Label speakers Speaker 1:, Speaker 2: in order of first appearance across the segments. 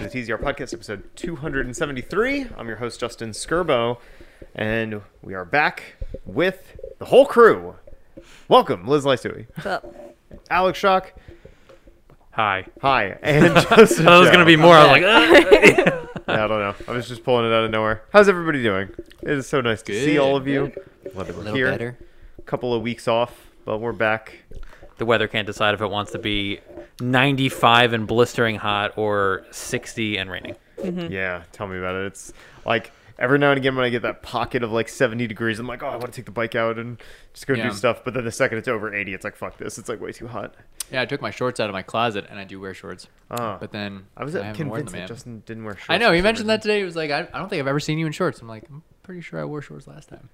Speaker 1: It's Easy, our podcast episode 273. I'm your host, Justin Skirbo, and we are back with the whole crew. Welcome, Liz Lysui,
Speaker 2: But
Speaker 1: Alex Shock,
Speaker 3: Hi.
Speaker 1: hi, and Joseph.
Speaker 3: That was
Speaker 1: Joe.
Speaker 3: gonna be more. I was like, "Ugh."
Speaker 1: I don't know. I was just pulling it out of nowhere. How's everybody doing? It is so nice to see
Speaker 3: Good,
Speaker 1: all of you. Glad that we're
Speaker 4: A little
Speaker 1: here.
Speaker 4: better.
Speaker 1: Couple of weeks off, but we're back.
Speaker 3: the weather can't decide if it wants to be 95 and blistering hot or 60 and raining.
Speaker 4: Mm-hmm.
Speaker 1: Yeah, tell me about it. It's like every now and again when I get that pocket of like 70 degrees, I'm like, oh, I want to take the bike out and just go
Speaker 4: Yeah.
Speaker 1: do stuff. But then the second it's over 80, it's like, fuck this. It's like way too hot.
Speaker 4: Yeah, I took my shorts out of my closet, and I do wear shorts.
Speaker 1: Ah.
Speaker 4: but then
Speaker 1: I was
Speaker 4: haven't worn
Speaker 1: convinced
Speaker 4: them
Speaker 1: that
Speaker 4: yet.
Speaker 1: Justin didn't wear shorts.
Speaker 4: I know
Speaker 1: for
Speaker 4: he
Speaker 1: some reason.
Speaker 4: mentioned that today. He was like, I, I don't think I've ever seen you in shorts. I'm like, I'm pretty sure I wore shorts last time.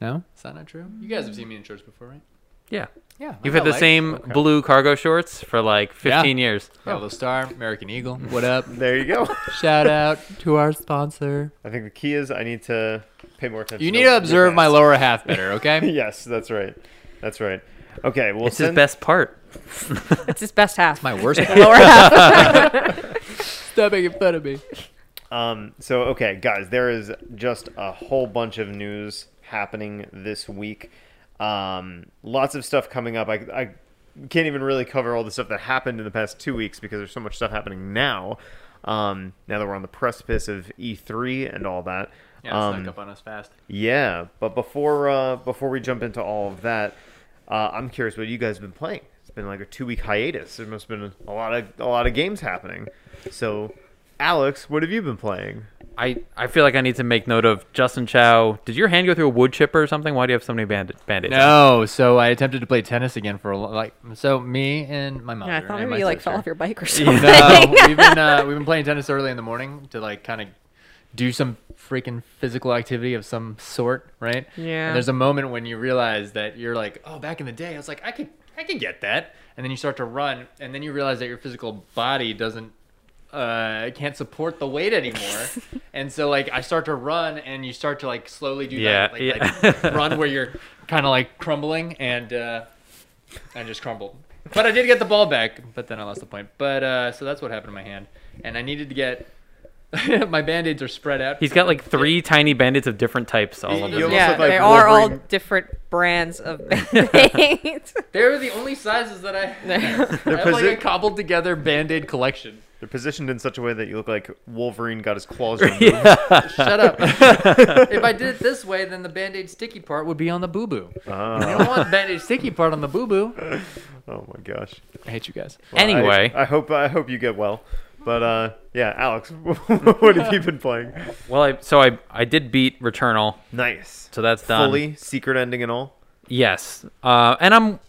Speaker 4: No, is that not true? You guys have seen me in shorts before, right?
Speaker 3: Yeah.
Speaker 4: Yeah,
Speaker 3: You've had the same blue cargo shorts for like 15
Speaker 4: Yeah.
Speaker 3: years.
Speaker 4: Yellow Star, American Eagle. What up?
Speaker 1: There you go.
Speaker 4: Shout out to our sponsor.
Speaker 1: I think the key is I need to pay more attention.
Speaker 4: You need to
Speaker 1: your
Speaker 4: observe my
Speaker 1: pants.
Speaker 4: lower half better, okay?
Speaker 1: yes, that's right. That's right. Okay, well,
Speaker 3: It's his
Speaker 1: since-
Speaker 3: best part.
Speaker 2: it's his best half.
Speaker 4: My worst.
Speaker 2: Lower half.
Speaker 4: Stop making fun of me.
Speaker 1: Um, so okay, guys, there is just a whole bunch of news happening this week. Um, lots of stuff coming up. I, I can't even really cover all the stuff that happened in the past two weeks because there's so much stuff happening now. Um, now that we're on the precipice of E3 and all that. Um,
Speaker 4: up on us fast.
Speaker 1: yeah, but before uh, before we jump into all of that, uh, I'm curious what you guys have been playing. It's been like a two week hiatus. There must have been a lot of a lot of games happening. So, Alex, what have you been playing?
Speaker 3: I, I feel like I need to make note of Justin Chow. Did your hand go through a wood chipper or something? Why do you have so many band- band-aids? on?
Speaker 4: No, so I attempted to play tennis again for a lo- like so me and my mother.
Speaker 2: yeah, I thought maybe
Speaker 4: and my
Speaker 2: you like
Speaker 4: sister.
Speaker 2: fell off your bike or something.
Speaker 4: No, we've been uh, we've been playing tennis early in the morning to like kind of do some freaking physical activity of some sort, right?
Speaker 2: Yeah.
Speaker 4: And there's a moment when you realize that you're like, oh, back in the day, I was like, I could I could get that, and then you start to run, and then you realize that your physical body doesn't uh can't support the weight anymore and so like i start to run and you start to like slowly do
Speaker 3: Yeah,
Speaker 4: that like,
Speaker 3: yeah.
Speaker 4: like, run where you're kind of like crumbling and uh and just crumbled. But I did get the ball back, but then I lost the point. But uh, so that's what happened to my hand, and I needed to get my band aids are spread out.
Speaker 3: He's got like three tiny band-aids of different types. All of
Speaker 1: You
Speaker 3: them.
Speaker 1: almost
Speaker 2: yeah,
Speaker 1: look like
Speaker 2: they are all
Speaker 1: Wolverine.
Speaker 2: different brands of Band-Aids.
Speaker 4: They're the only sizes that I. I have like a
Speaker 1: posi-
Speaker 4: cobbled together band aid collection.
Speaker 1: They're positioned in such a way that you look like Wolverine got his claws removed.
Speaker 4: Shut up. if I did it this way, then the band aid sticky part would be on the boo boo.
Speaker 1: Ah.
Speaker 4: I don't want the band aid sticky part on the boo boo.
Speaker 1: Oh my gosh.
Speaker 4: I hate you guys.
Speaker 1: Well, I-
Speaker 3: Anyway.
Speaker 1: I, hope I hope you get well. But uh, yeah, Alex, what have you been playing?
Speaker 3: Well, I, so I, I did beat Returnal,
Speaker 1: Nice.
Speaker 3: so that's done.
Speaker 1: Fully secret ending and all.
Speaker 3: Yes, uh, and I'm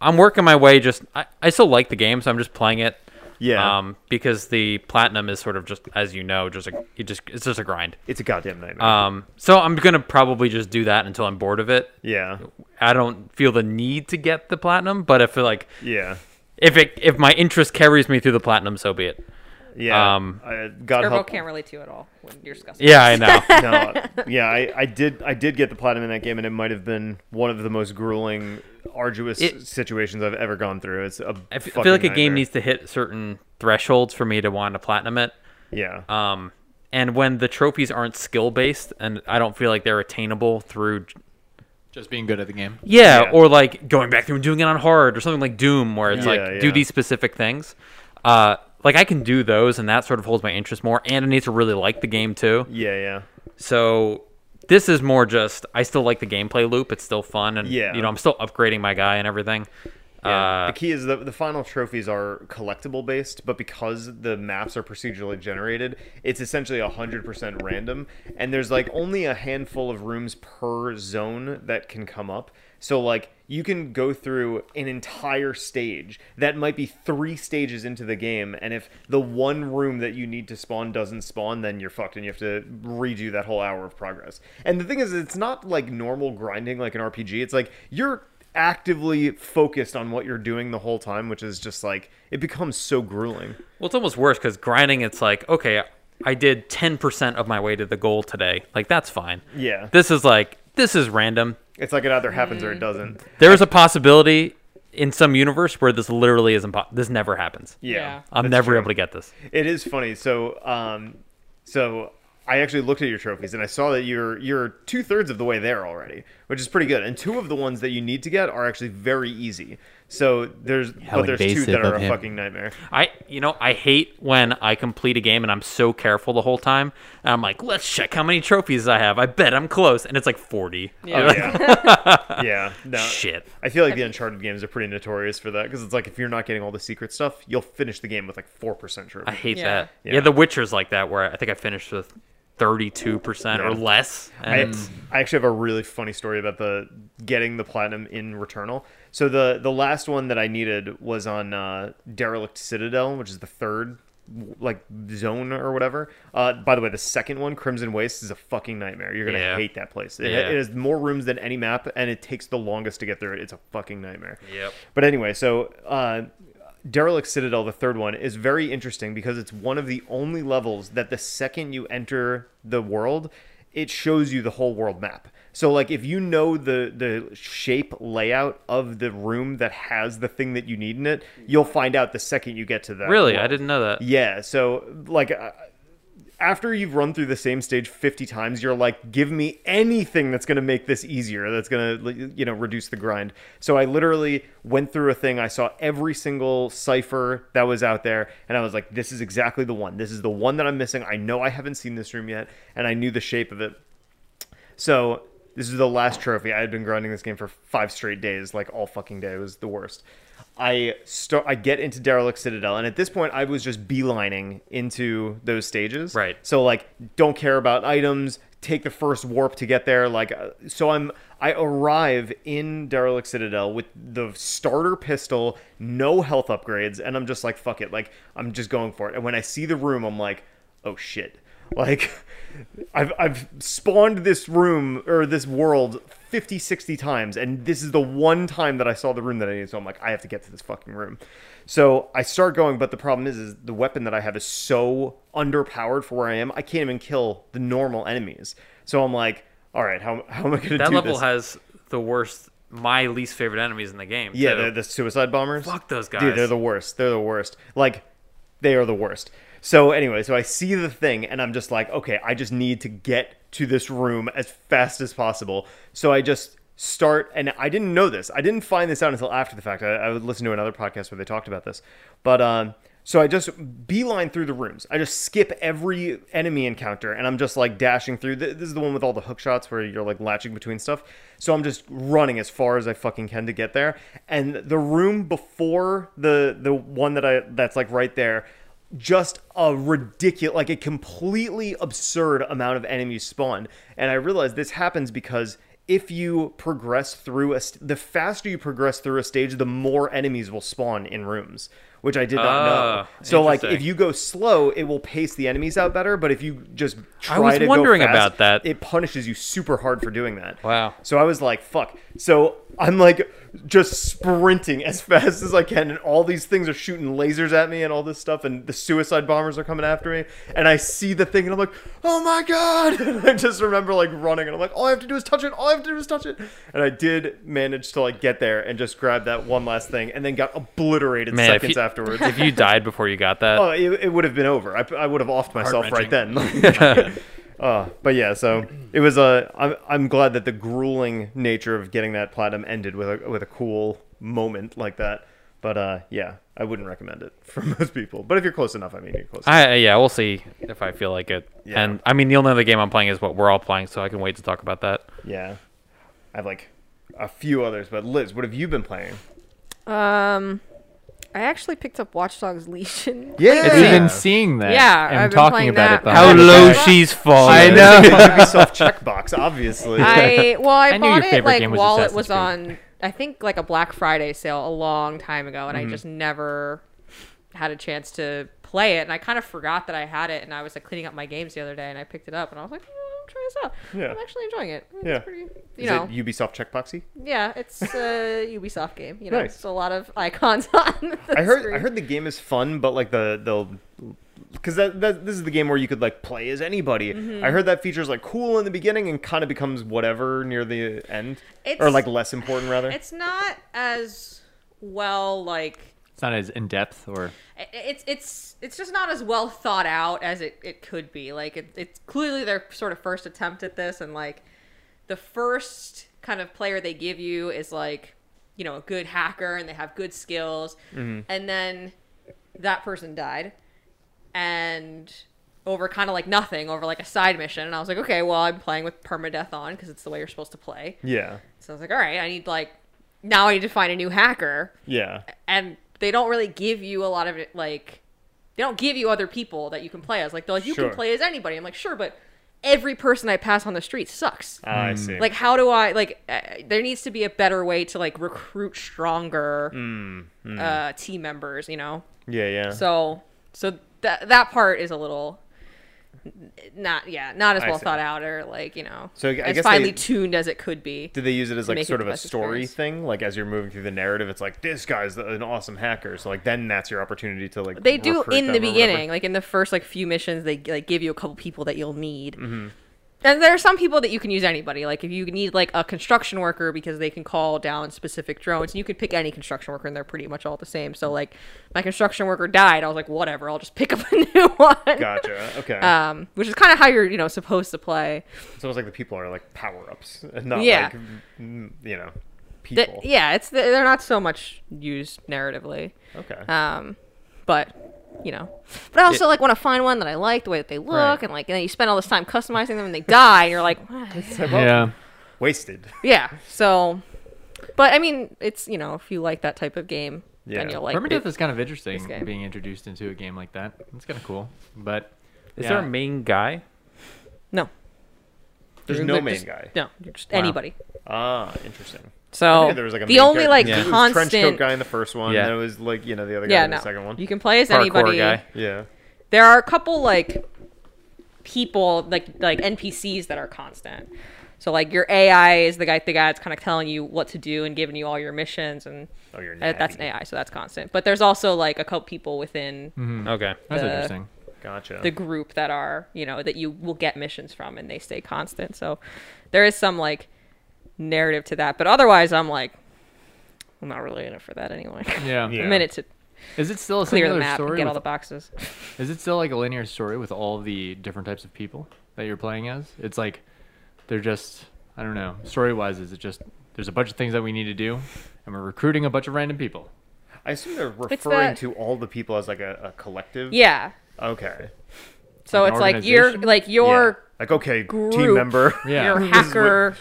Speaker 3: I'm working my way. Just I, I still like the game, so I'm just playing it.
Speaker 1: Yeah.
Speaker 3: Um, because the platinum is sort of just as you know, just a you just it's just a grind.
Speaker 1: It's a goddamn nightmare.
Speaker 3: Um, so I'm gonna probably just do that until I'm bored of it.
Speaker 1: yeah.
Speaker 3: I don't feel the need to get the platinum, but if like
Speaker 1: Yeah.
Speaker 3: if it if my interest carries me through the platinum, so be it.
Speaker 1: Yeah.
Speaker 3: Um,
Speaker 1: I, God
Speaker 2: Gerbo
Speaker 1: help.
Speaker 2: can't relate to you at all when you're discussing.
Speaker 3: Yeah, I know.
Speaker 1: no, yeah, I, I did. I did get the platinum in that game, and it might have been one of the most grueling, arduous
Speaker 3: It-
Speaker 1: situations I've ever gone through. It's a
Speaker 3: I f- I
Speaker 1: fucking
Speaker 3: feel like a game
Speaker 1: nightmare.
Speaker 3: needs to hit certain thresholds for me to want to platinum it.
Speaker 1: Yeah.
Speaker 3: Um, and when the trophies aren't skill based, and I don't feel like they're attainable through
Speaker 4: Just being good at the game.
Speaker 3: Yeah,
Speaker 1: Yeah.
Speaker 3: or like going back through and doing it on hard or something like Doom, where it's
Speaker 1: Yeah,
Speaker 3: like
Speaker 1: yeah.
Speaker 3: do these specific things. Uh, like I can do those, and that sort of holds my interest more. And I need to really like the game too.
Speaker 1: yeah. Yeah.
Speaker 3: So this is more just I still like the gameplay loop. It's still fun, and
Speaker 1: Yeah.
Speaker 3: you know I'm still upgrading my guy and everything.
Speaker 1: Yeah.
Speaker 3: Uh,
Speaker 1: the key is that the final trophies are collectible based, but because the maps are procedurally generated, it's essentially 100% random. And there's like only a handful of rooms per zone that can come up. So, like, you can go through an entire stage that might be three stages into the game. And if the one room that you need to spawn doesn't spawn, then you're fucked and you have to redo that whole hour of progress. And the thing is, it's not like normal grinding like an RPG, it's like you're actively focused on what you're doing the whole time, which is just like it becomes so grueling.
Speaker 3: well, it's almost worse because grinding. It's like okay, I did 10% of my way to the goal today. Like that's fine.
Speaker 1: Yeah.
Speaker 3: This is like this is random.
Speaker 1: It's like it either happens or it doesn't.
Speaker 3: There is a possibility in some universe where this literally is impossible. This never happens.
Speaker 1: Yeah.
Speaker 2: Yeah.
Speaker 3: I'm
Speaker 1: that's
Speaker 3: never
Speaker 1: true.
Speaker 3: able to get this.
Speaker 1: It is funny. So, um, so I actually looked at your trophies and I saw that you're you're two thirds of the way there already, which is pretty good. And two of the ones that you need to get are actually very easy. So there's
Speaker 5: How
Speaker 1: but there's two
Speaker 5: invasive
Speaker 1: that
Speaker 5: of
Speaker 1: are a
Speaker 5: him.
Speaker 1: fucking nightmare.
Speaker 3: I you know I hate when I complete a game and I'm so careful the whole time. And I'm like, let's check how many trophies I have. I bet I'm close, and it's like 40.
Speaker 2: Yeah.
Speaker 3: Like,
Speaker 1: Yeah, yeah. No,
Speaker 3: Shit.
Speaker 1: I feel like the Uncharted games are pretty notorious for that because it's like if you're not getting all the secret stuff, you'll finish the game with like four percent
Speaker 3: I
Speaker 1: trophy.
Speaker 3: hate
Speaker 2: Yeah.
Speaker 3: that. Yeah.
Speaker 1: Yeah.
Speaker 3: The Witcher's like that, where I think I finished with 32%
Speaker 1: Yeah.
Speaker 3: or less.
Speaker 1: I,
Speaker 3: And
Speaker 1: I actually have a really funny story about the getting the platinum in Returnal. So the the last one that I needed was on uh, Derelict Citadel, which is the third like zone or whatever. Uh, by the way, the second one, Crimson Waste, is a fucking nightmare. You're gonna
Speaker 3: Yeah.
Speaker 1: hate that place. It,
Speaker 3: Yeah.
Speaker 1: it has more rooms than any map, and it takes the longest to get through it. It's a fucking nightmare.
Speaker 3: Yep.
Speaker 1: But anyway, so uh, Derelict Citadel, the third one, is very interesting because it's one of the only levels that the second you enter the world, it shows you the whole world map. So like if you know the the shape layout of the room that has the thing that you need in it, you'll find out the second you get to that.
Speaker 3: really, I
Speaker 1: world.
Speaker 3: didn't know that.
Speaker 1: Yeah, so like uh, after you've run through the same stage 50 times, you're like, give me anything that's going to make this easier, that's going to, you know, reduce the grind. So I literally went through a thing. I saw every single cipher that was out there, and I was like, this is exactly the one. This is the one that I'm missing. I know I haven't seen this room yet, and I knew the shape of it. So this is the last trophy. I had been grinding this game for five straight days, like all fucking day. It was the worst. I start. I get into Derelict Citadel, and at this point, I was just beelining into those stages.
Speaker 3: Right.
Speaker 1: So like, don't care about items. Take the first warp to get there. Like, uh, so I'm. I arrive in Derelict Citadel with the starter pistol, no health upgrades, and I'm just like, fuck it. Like, I'm just going for it. And when I see the room, I'm like, oh shit. Like, I've, I've spawned this room or this world 50, 60 times, and this is the one time that I saw the room that I needed. So I'm like, I have to get to this fucking room. So I start going, but the problem is, is the weapon that I have is so underpowered for where I am. I can't even kill the normal enemies. So I'm like, all right, how, how am I going to do
Speaker 3: That level
Speaker 1: this?
Speaker 3: has the worst, my least favorite enemies in the game.
Speaker 1: yeah,
Speaker 3: too.
Speaker 1: they're the suicide bombers.
Speaker 3: Fuck those guys.
Speaker 1: Dude, they're the worst. They're the worst. Like, they are the worst. So anyway, so I see the thing and I'm just like, okay, I just need to get to this room as fast as possible. So I just start and I didn't know this. I didn't find this out until after the fact. I, I would listen to another podcast where they talked about this. But um so I just beeline through the rooms. I just skip every enemy encounter, and I'm just like dashing through. Th- This is the one with all the hook shots where you're like latching between stuff. So I'm just running as far as I fucking can to get there. And the room before the the one that I that's like right there, just a ridiculous, like a completely absurd amount of enemies spawn. And I realized this happens because if you progress through a, st- the faster you progress through a stage, the more enemies will spawn in rooms, which I did not know.
Speaker 3: Ah,
Speaker 1: So like, if
Speaker 3: interesting.
Speaker 1: you go slow, it will pace the enemies out better. But if you just try
Speaker 3: was
Speaker 1: to go
Speaker 3: wondering
Speaker 1: fast,
Speaker 3: about that.
Speaker 1: it punishes you super hard for doing that.
Speaker 3: Wow.
Speaker 1: So I was like, fuck. So I'm like just sprinting as fast as I can, and all these things are shooting lasers at me and all this stuff, and the suicide bombers are coming after me. And I see the thing, and I'm like, oh my God. And I just remember like running, and I'm like, all I have to do is touch it. All I have to do is touch it. And I did manage to like get there and just grab that one last thing, and then got obliterated
Speaker 3: Man, if
Speaker 1: seconds
Speaker 3: you-
Speaker 1: afterwards.
Speaker 3: If you died before you got that,
Speaker 1: Oh, it, it would have been over. I, I would have offed myself right then. uh, but yeah, so it was a. I'm I'm glad that the grueling nature of getting that platinum ended with a with a cool moment like that. But uh, yeah, I wouldn't recommend it for most people. But if you're close enough, I mean, you're close. enough.
Speaker 3: I yeah, we'll see if I feel like it.
Speaker 1: Yeah.
Speaker 3: And I mean, the only other game I'm playing is what we're all playing, so I can wait to talk about that.
Speaker 1: yeah, I have like a few others. But Liz, what have you been playing?
Speaker 2: Um, I actually picked up Watch Dogs Legion.
Speaker 4: It's
Speaker 1: Yeah,
Speaker 4: even seeing that.
Speaker 2: Yeah,
Speaker 4: and
Speaker 2: I've been
Speaker 4: talking
Speaker 2: playing
Speaker 4: about
Speaker 2: that.
Speaker 4: it.
Speaker 2: How
Speaker 4: behind the
Speaker 2: low
Speaker 4: back.
Speaker 2: she-
Speaker 3: falling.
Speaker 4: I know.
Speaker 1: self checkbox, obviously.
Speaker 2: I well, I,
Speaker 4: I knew
Speaker 2: bought
Speaker 4: your
Speaker 2: it
Speaker 4: favorite
Speaker 2: like
Speaker 4: game was
Speaker 2: while it
Speaker 4: Assassin's
Speaker 2: was
Speaker 4: Creed.
Speaker 2: on, I think like a Black Friday sale a long time ago, and
Speaker 4: Mm-hmm.
Speaker 2: I just never had a chance to play it, and I kind of forgot that I had it, and I was like cleaning up my games the other day, and I picked it up, and I was like, "Oh, I'll try this out.
Speaker 1: Yeah.
Speaker 2: I'm actually enjoying it. It's
Speaker 1: Yeah.
Speaker 2: pretty, you
Speaker 1: Is
Speaker 2: know,
Speaker 1: it Ubisoft checkboxy?
Speaker 2: yeah, it's a Ubisoft game. You know,
Speaker 1: Nice.
Speaker 2: it's a lot of icons on. The
Speaker 1: I heard I
Speaker 2: screen.
Speaker 1: heard the game is fun, but like the the because that, that this is the game where you could like play as anybody.
Speaker 2: Mm-hmm.
Speaker 1: I heard that feature's like cool in the beginning and kind of becomes whatever near the end, or
Speaker 2: It's-
Speaker 1: like less important rather.
Speaker 2: It's not as well like
Speaker 4: It's not as in depth or
Speaker 2: i- it's it's it's just not as well thought out as it, it could be like it, it's clearly their sort of first attempt at this and like the first kind of player they give you is like you know a good hacker and they have good skills and then that person died and over kind of like nothing over like a side mission and i was like okay well i'm playing with permadeath on because it's the way you're supposed to play
Speaker 1: Yeah.
Speaker 2: so i was like all right i need like now i need to find a new hacker
Speaker 1: Yeah.
Speaker 2: and they don't really give you a lot of it like they don't give you other people that you can play as like they're like you
Speaker 1: Sure.
Speaker 2: can play as anybody i'm like sure but every person i pass on the street sucks
Speaker 1: Ah, I see.
Speaker 2: like how do i like uh, there needs to be a better way to like recruit stronger
Speaker 1: Mm,
Speaker 2: uh team members you know
Speaker 1: yeah, yeah.
Speaker 2: so so that that part is a little n- not yeah not as
Speaker 1: I
Speaker 2: well
Speaker 1: see.
Speaker 2: thought out or like you know
Speaker 1: So I
Speaker 2: as
Speaker 1: guess
Speaker 2: finely
Speaker 1: they-
Speaker 2: tuned as it could be
Speaker 1: Did they use it as like
Speaker 2: make it
Speaker 1: sort
Speaker 2: the
Speaker 1: of a
Speaker 2: best
Speaker 1: story
Speaker 2: experience.
Speaker 1: thing? Like as you're moving through the narrative, it's like this guy's the- an awesome hacker. So like then that's your opportunity to like.
Speaker 2: they do
Speaker 1: recruit
Speaker 2: in the
Speaker 1: them or whatever.
Speaker 2: beginning like in the first like few missions they like give you a couple people that you'll need and there are some people that you can use anybody like if you need like a construction worker because they can call down specific drones and you can pick any construction worker and they're pretty much all the same so like my construction worker died i was like whatever i'll just pick up a new one
Speaker 1: Gotcha. Okay.
Speaker 2: um which is kind of how you're you know supposed to play
Speaker 1: it's almost like the people are like power ups, not
Speaker 2: Yeah. e
Speaker 1: like mm, you know
Speaker 2: Th-
Speaker 1: people.
Speaker 2: yeah it's they're not so much used narratively
Speaker 1: Okay.
Speaker 2: Um, but you know, but I also like want to find one that I like the way that they look,
Speaker 1: Right.
Speaker 2: and like and then you spend all this time customizing them, and they die, and you're like,
Speaker 1: So, well,
Speaker 4: yeah.
Speaker 1: Wasted.
Speaker 2: yeah. So, but I mean, it's you know, if you like that type of game,
Speaker 1: Yeah.
Speaker 2: then you'll like.
Speaker 4: Permadeath
Speaker 2: it.
Speaker 4: is kind of interesting
Speaker 2: this game.
Speaker 4: being introduced into a game like that. It's kind of cool, but
Speaker 3: Is
Speaker 4: Yeah.
Speaker 3: there a main guy?
Speaker 2: No,
Speaker 1: There's
Speaker 2: You're,
Speaker 1: no
Speaker 2: like,
Speaker 1: main
Speaker 2: just-
Speaker 1: guy.
Speaker 2: no, you're just
Speaker 4: Wow.
Speaker 2: anybody.
Speaker 1: Ah, interesting.
Speaker 2: So
Speaker 1: Yeah, there was like a
Speaker 2: Oh, the
Speaker 1: main
Speaker 2: only
Speaker 1: character.
Speaker 2: like
Speaker 1: There was a
Speaker 2: constant.
Speaker 1: trench coat guy in the first one.
Speaker 3: Yeah.
Speaker 1: And there was like you know the other guy
Speaker 2: yeah,
Speaker 1: in
Speaker 2: no.
Speaker 1: the second one.
Speaker 2: You can play as
Speaker 3: Parkour
Speaker 2: anybody.
Speaker 3: guy.
Speaker 1: Yeah.
Speaker 2: There are a couple like people like like NPCs that are constant. So like your AI is the guy the guy that's kind of telling you what to do and giving you all your missions and
Speaker 1: Oh, you're
Speaker 2: Uh, that's an
Speaker 1: natty.
Speaker 2: AI, so that's constant. But there's also like a couple people within
Speaker 4: Mm-hmm.
Speaker 3: Okay.
Speaker 4: that's
Speaker 2: The-
Speaker 4: interesting.
Speaker 1: Gotcha.
Speaker 2: the group that are, you know, that you will get missions from and they stay constant. So there is some like narrative to that. But otherwise, I'm like, I'm not really in it for that anyway.
Speaker 4: Yeah.
Speaker 1: Yeah.
Speaker 2: I'm in it to
Speaker 4: Is it still a
Speaker 2: clear the
Speaker 4: singular
Speaker 2: map and
Speaker 4: story?
Speaker 2: get all
Speaker 4: with-
Speaker 2: the boxes.
Speaker 4: Is it still like a linear story with all the different types of people that you're playing as? It's like they're just I don't know. Story wise, is it just there's a bunch of things that we need to do, and we're recruiting a bunch of random people.
Speaker 1: I assume they're
Speaker 2: It's
Speaker 1: referring
Speaker 2: the-
Speaker 1: to all the people as like a, a collective.
Speaker 2: Yeah.
Speaker 1: Okay.
Speaker 2: So
Speaker 4: Like an
Speaker 2: it's like you're
Speaker 4: organization?
Speaker 2: like your
Speaker 1: Yeah. like okay, team
Speaker 2: group.
Speaker 1: member.
Speaker 4: Yeah.
Speaker 2: your
Speaker 4: This
Speaker 1: is what-
Speaker 2: hacker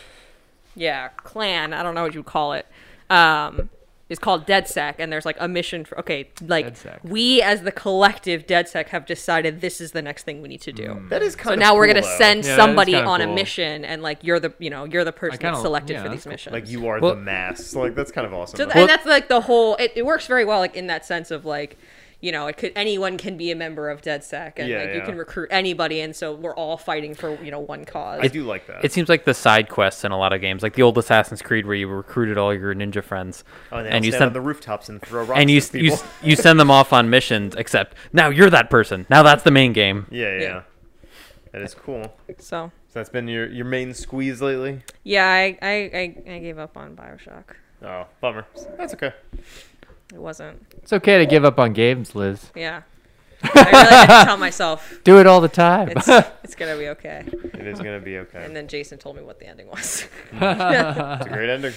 Speaker 2: yeah, clan, I don't know what you call it. Um is called DedSec, and there's like a mission for okay, like
Speaker 4: DedSec.
Speaker 2: we as the collective DedSec have decided this is the next thing we need to do.
Speaker 1: That is
Speaker 2: So
Speaker 1: kind of.
Speaker 2: now we're
Speaker 1: cool,
Speaker 2: gonna
Speaker 1: though.
Speaker 2: send
Speaker 4: Hmm. Yeah, that is
Speaker 2: somebody
Speaker 4: kinda
Speaker 2: on a
Speaker 4: cool.
Speaker 2: mission, and like you're the you know you're the person
Speaker 4: kinda-
Speaker 2: that's selected
Speaker 4: yeah,
Speaker 2: for
Speaker 4: that's
Speaker 2: these
Speaker 4: cool.
Speaker 2: missions.
Speaker 1: Like you are
Speaker 3: Well-
Speaker 1: the mass. Like that's kind of awesome.
Speaker 2: So th-
Speaker 3: Well-
Speaker 2: and that's like the whole. It, it works very well, like in that sense of like, you know, it could anyone can be a member of DedSec, and
Speaker 1: Yeah,
Speaker 2: like you
Speaker 1: yeah.
Speaker 2: can recruit anybody, and so we're all fighting for you know one cause.
Speaker 1: I do like that.
Speaker 3: It seems like the side quests in a lot of games, like the old Assassin's Creed, where you recruited all your ninja friends,
Speaker 1: oh, and, they
Speaker 3: and
Speaker 1: all
Speaker 3: you
Speaker 1: stand on
Speaker 3: send
Speaker 1: the rooftops and throw rocks.
Speaker 3: and you,
Speaker 1: at
Speaker 3: you
Speaker 1: people.
Speaker 3: you send them off on missions. Except now you're that person. Now that's the main game.
Speaker 1: yeah, yeah,
Speaker 2: Yeah.
Speaker 1: That is cool. So
Speaker 2: so
Speaker 1: that's been your your main squeeze lately.
Speaker 2: yeah, I I, I I gave up on Bioshock.
Speaker 1: Oh, bummer. That's okay.
Speaker 2: It wasn't.
Speaker 4: It's okay to give up on games, Liz.
Speaker 2: Yeah, I really had to tell myself
Speaker 4: Do it all the time.
Speaker 2: it's it's gonna be okay.
Speaker 1: It is gonna be okay.
Speaker 2: And then Jason told me what the ending was.
Speaker 1: it's a great ending.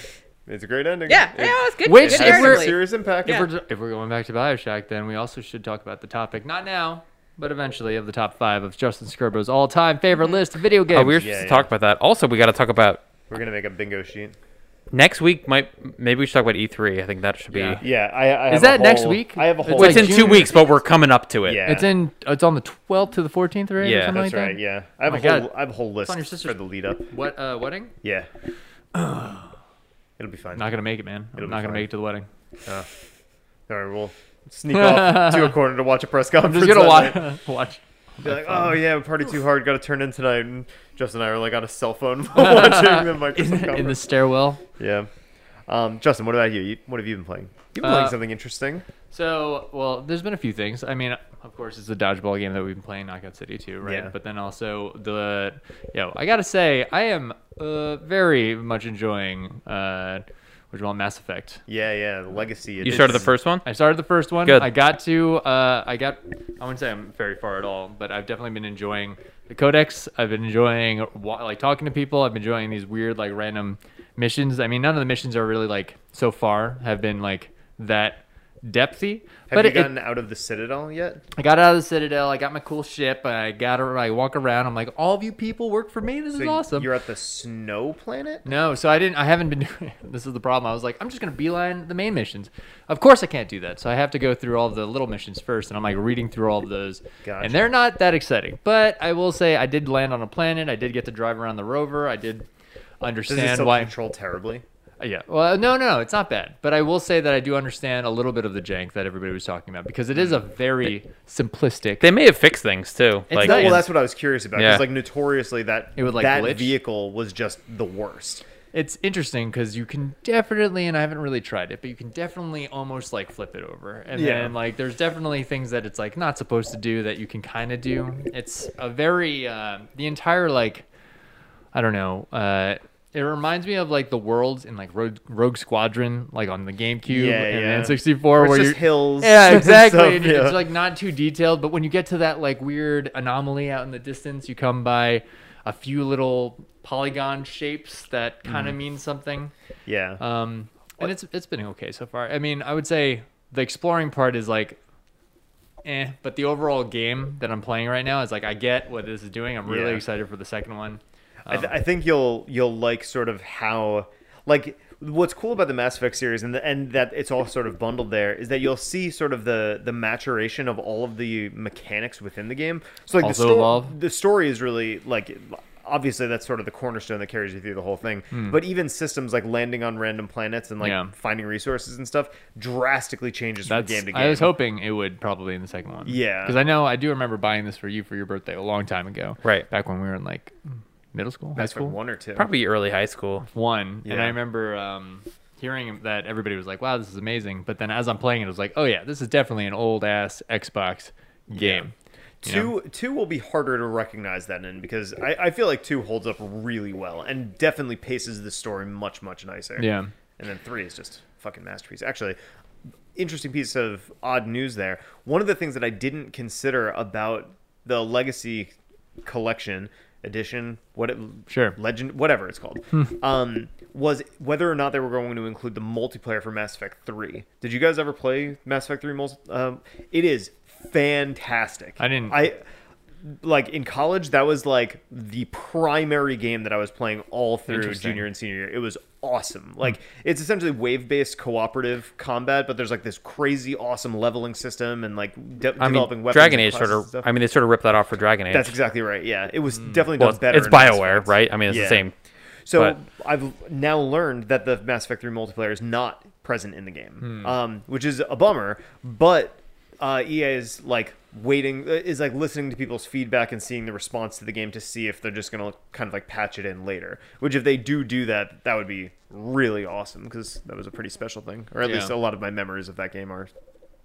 Speaker 1: It's a great ending.
Speaker 2: yeah,
Speaker 1: It-
Speaker 2: yeah, it was good.
Speaker 4: Which
Speaker 2: good
Speaker 1: It
Speaker 4: is
Speaker 1: has some
Speaker 2: narratively.
Speaker 1: serious impact.
Speaker 2: Yeah.
Speaker 4: If we're, if we're going back to Bioshock, then we also should talk about the topic, not now, but eventually, of the top five of Justin Scarborough's all time favorite list of video games.
Speaker 3: Oh, we were supposed
Speaker 1: Yeah,
Speaker 3: to
Speaker 1: yeah.
Speaker 3: talk about that. Also, we got to talk about
Speaker 1: We're gonna make a bingo sheet.
Speaker 3: next week. Might maybe we should talk about E3. I think that should be.
Speaker 4: Yeah.
Speaker 1: Yeah, I. I have
Speaker 4: Is
Speaker 1: a
Speaker 4: that next
Speaker 1: whole-
Speaker 4: week?
Speaker 1: I have a
Speaker 4: It's
Speaker 1: whole.
Speaker 3: Well,
Speaker 4: like
Speaker 3: it's in two
Speaker 4: June.
Speaker 3: weeks, but we're coming up to it.
Speaker 1: Yeah.
Speaker 4: It's in. It's on the 12th to the 14th, right?
Speaker 3: Yeah,
Speaker 4: or something
Speaker 1: That's
Speaker 4: like
Speaker 1: right.
Speaker 4: That?
Speaker 1: Yeah, I have
Speaker 4: Oh my
Speaker 1: a whole.
Speaker 4: God.
Speaker 1: I have a whole list
Speaker 4: on your
Speaker 1: for
Speaker 4: sister's-
Speaker 1: the lead up.
Speaker 4: What uh, wedding?
Speaker 1: Yeah. It'll be fine.
Speaker 4: Not gonna make it, man.
Speaker 1: It'll
Speaker 4: I'm
Speaker 1: be
Speaker 4: not
Speaker 1: fine.
Speaker 4: gonna make it to the wedding.
Speaker 1: All right, we'll sneak off to a corner to watch a press
Speaker 4: I'm
Speaker 1: conference.
Speaker 4: just gonna
Speaker 1: that
Speaker 4: watch.
Speaker 1: night.
Speaker 4: watch.
Speaker 1: Be like, oh yeah, we party too hard. Got to turn in tonight. And Justin and I are like on a cell phone while watching the Microsoft
Speaker 4: in, in the
Speaker 1: conference.
Speaker 4: stairwell.
Speaker 1: Yeah. Um, Justin, what about you? you? What have you been playing? You've been
Speaker 4: Uh,
Speaker 1: playing something interesting.
Speaker 4: So, well, there's been a few things. I mean, of course, it's the dodgeball game that we've been playing, Knockout City 2, right?
Speaker 1: Yeah.
Speaker 4: But then also the, yo, I gotta say, I am uh, very much enjoying uh, which is on Mass Effect.
Speaker 1: Yeah, yeah. Legacy.
Speaker 3: You started the
Speaker 1: it's-
Speaker 3: first one?
Speaker 4: I started the first one.
Speaker 3: Good.
Speaker 4: I got to. Uh, I got. I wouldn't say I'm very far at all, but I've definitely been enjoying the codex. I've been enjoying wa- like talking to people. I've been enjoying these weird like random missions. I mean, none of the missions are really like so far have been like that depthy.
Speaker 1: Have
Speaker 4: but
Speaker 1: you
Speaker 4: it-
Speaker 1: gotten out of the Citadel yet?
Speaker 4: I got out of the Citadel. I got my cool ship. I got. ar- I walk around. I'm like, all of you people work for me. This
Speaker 1: So
Speaker 4: is
Speaker 1: y-
Speaker 4: awesome.
Speaker 1: You're at the snow planet.
Speaker 4: No, so I didn't. I haven't been doing. This is the problem. I was like, I'm just gonna beeline the main missions. Of course, I can't do that. So I have to go through all the little missions first, and I'm like reading through all of those,
Speaker 1: Gotcha.
Speaker 4: and they're not that exciting. But I will say, I did land on a planet. I did get to drive around the rover. I did
Speaker 1: Does it
Speaker 4: understand
Speaker 1: still
Speaker 4: why.
Speaker 1: control terribly?
Speaker 4: Uh, Yeah. Well, no, no, no, it's not bad. But I will say that I do understand a little bit of the jank that everybody was talking about because it is a very simplistic.
Speaker 3: They may have fixed things too.
Speaker 4: It's
Speaker 3: like,
Speaker 4: not-
Speaker 1: No,
Speaker 3: in-
Speaker 1: well, that's what I was curious about.
Speaker 3: Yeah.
Speaker 1: Because like notoriously, that
Speaker 4: It would, like,
Speaker 1: that
Speaker 4: glitch.
Speaker 1: vehicle was just the worst.
Speaker 4: it's interesting because you can definitely and i haven't really tried it but you can definitely almost like flip it over and
Speaker 1: Yeah.
Speaker 4: then like there's definitely things that it's like not supposed to do that you can kind of do it's a very uh, the entire like i don't know uh it reminds me of like the worlds in like Rogue, Rogue Squadron, like on the GameCube
Speaker 1: Yeah,
Speaker 4: and
Speaker 1: yeah.
Speaker 4: the N64, where,
Speaker 1: it's just
Speaker 4: you're
Speaker 1: hills
Speaker 4: Yeah,
Speaker 1: and
Speaker 4: exactly.
Speaker 1: stuff,
Speaker 4: and you're-
Speaker 1: yeah.
Speaker 4: It's like not too detailed, but when you get to that like weird anomaly out in the distance, you come by a few little polygon shapes that kind
Speaker 1: Mm.
Speaker 4: of mean something.
Speaker 1: yeah.
Speaker 4: Um, and it's it's been okay so far. I mean, I would say the exploring part is like, eh. But the overall game that I'm playing right now is like, I get what this is doing. I'm really
Speaker 1: Yeah.
Speaker 4: excited for the second one.
Speaker 1: I,
Speaker 4: Um,
Speaker 1: th- I think you'll you'll like sort of how like what's cool about the Mass Effect series and the, and that it's all sort of bundled there is that you'll see sort of the the maturation of all of the mechanics within the game. So like
Speaker 4: Also
Speaker 1: the, sto-
Speaker 4: evolve.
Speaker 1: the story is really like obviously that's sort of the cornerstone that carries you through the whole thing. But even systems like landing on random planets and like
Speaker 4: Hmm. Yeah.
Speaker 1: finding resources and stuff drastically changes
Speaker 4: That's
Speaker 1: from game to game.
Speaker 4: I was hoping it would probably in the second one.
Speaker 1: Yeah.
Speaker 4: because I know I do remember buying this for you for your birthday a long time ago.
Speaker 3: Right.
Speaker 4: back when we were in like middle school, high
Speaker 1: Mass Effect
Speaker 4: school.
Speaker 1: one or two.
Speaker 3: probably early high school.
Speaker 4: one. And
Speaker 1: Yeah.
Speaker 4: I remember um, hearing that everybody was like, "Wow, this is amazing!" But then as I'm playing it, I was like, "Oh yeah, this is definitely an old ass Xbox game." you know?
Speaker 1: Two two will be harder to recognize that in because I, I feel like two holds up really well and definitely paces the story much much nicer.
Speaker 4: Yeah.
Speaker 1: And then three is just fucking masterpiece. Actually, interesting piece of odd news there. One of the things that I didn't consider about the legacy collection edition, what it
Speaker 4: Sure. Hmm.
Speaker 1: legend whatever it's called, um, was whether or not they were going to include the multiplayer for Mass Effect Three. Did you guys ever play Mass Effect Three? Multi- um, it is fantastic.
Speaker 4: I didn't-
Speaker 1: I like in college that was like the primary game that I was playing all through
Speaker 4: Interesting.
Speaker 1: junior and senior year. It was awesome. Like
Speaker 3: Hmm.
Speaker 1: it's essentially wave-based cooperative combat, but there's like this crazy awesome leveling system and like de-
Speaker 3: I
Speaker 1: developing
Speaker 3: mean,
Speaker 1: weapons.
Speaker 3: Dragon
Speaker 1: and
Speaker 3: Age
Speaker 1: classes
Speaker 3: sort
Speaker 1: and
Speaker 3: of.
Speaker 1: stuff.
Speaker 3: I mean, they sort of ripped that off for Dragon Age.
Speaker 1: that's exactly right. Yeah, it was definitely
Speaker 3: well,
Speaker 1: done better.
Speaker 3: it's
Speaker 1: in Mass
Speaker 3: Bioware,
Speaker 1: Effect.
Speaker 3: right? I mean, it's
Speaker 1: Yeah.
Speaker 3: the same.
Speaker 1: So
Speaker 3: but-
Speaker 1: I've now learned that the Mass Effect 3 multiplayer is not present in the game, um, which is a bummer. But uh, EA is like waiting, uh, is like listening to people's feedback and seeing the response to the game to see if they're just going to kind of like patch it in later. Which, if they do do that, that would be really awesome because that was a pretty special thing, or at
Speaker 4: Yeah.
Speaker 1: least a lot of my memories of that game are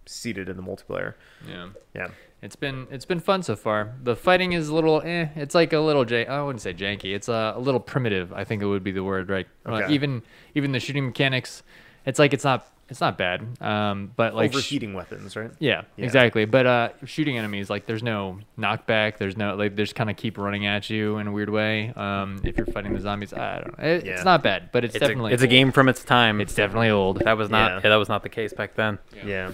Speaker 1: seated in the multiplayer.
Speaker 4: Yeah.
Speaker 1: Yeah.
Speaker 4: It's been it's been fun so far. The fighting is a little eh. It's like a little jan- I wouldn't say janky. It's uh, a little primitive. I think it would be the word right. Like,
Speaker 1: Okay.
Speaker 4: even even the shooting mechanics, it's like it's not it's not bad. Um, but like sh-
Speaker 1: Overheating weapons, right?
Speaker 4: Yeah,
Speaker 1: Yeah.
Speaker 4: exactly. But uh, shooting enemies, like there's no knockback. There's no like they just kind of keep running at you in a weird way. Um, if you're fighting the zombies, I don't know. It,
Speaker 1: Yeah.
Speaker 4: It's not bad, but it's,
Speaker 3: It's, a,
Speaker 4: definitely
Speaker 3: it's a
Speaker 4: cool.
Speaker 3: game from its time.
Speaker 4: It's definitely old.
Speaker 3: that was not
Speaker 1: Yeah.
Speaker 3: yeah, that was not the case back then.
Speaker 1: Yeah.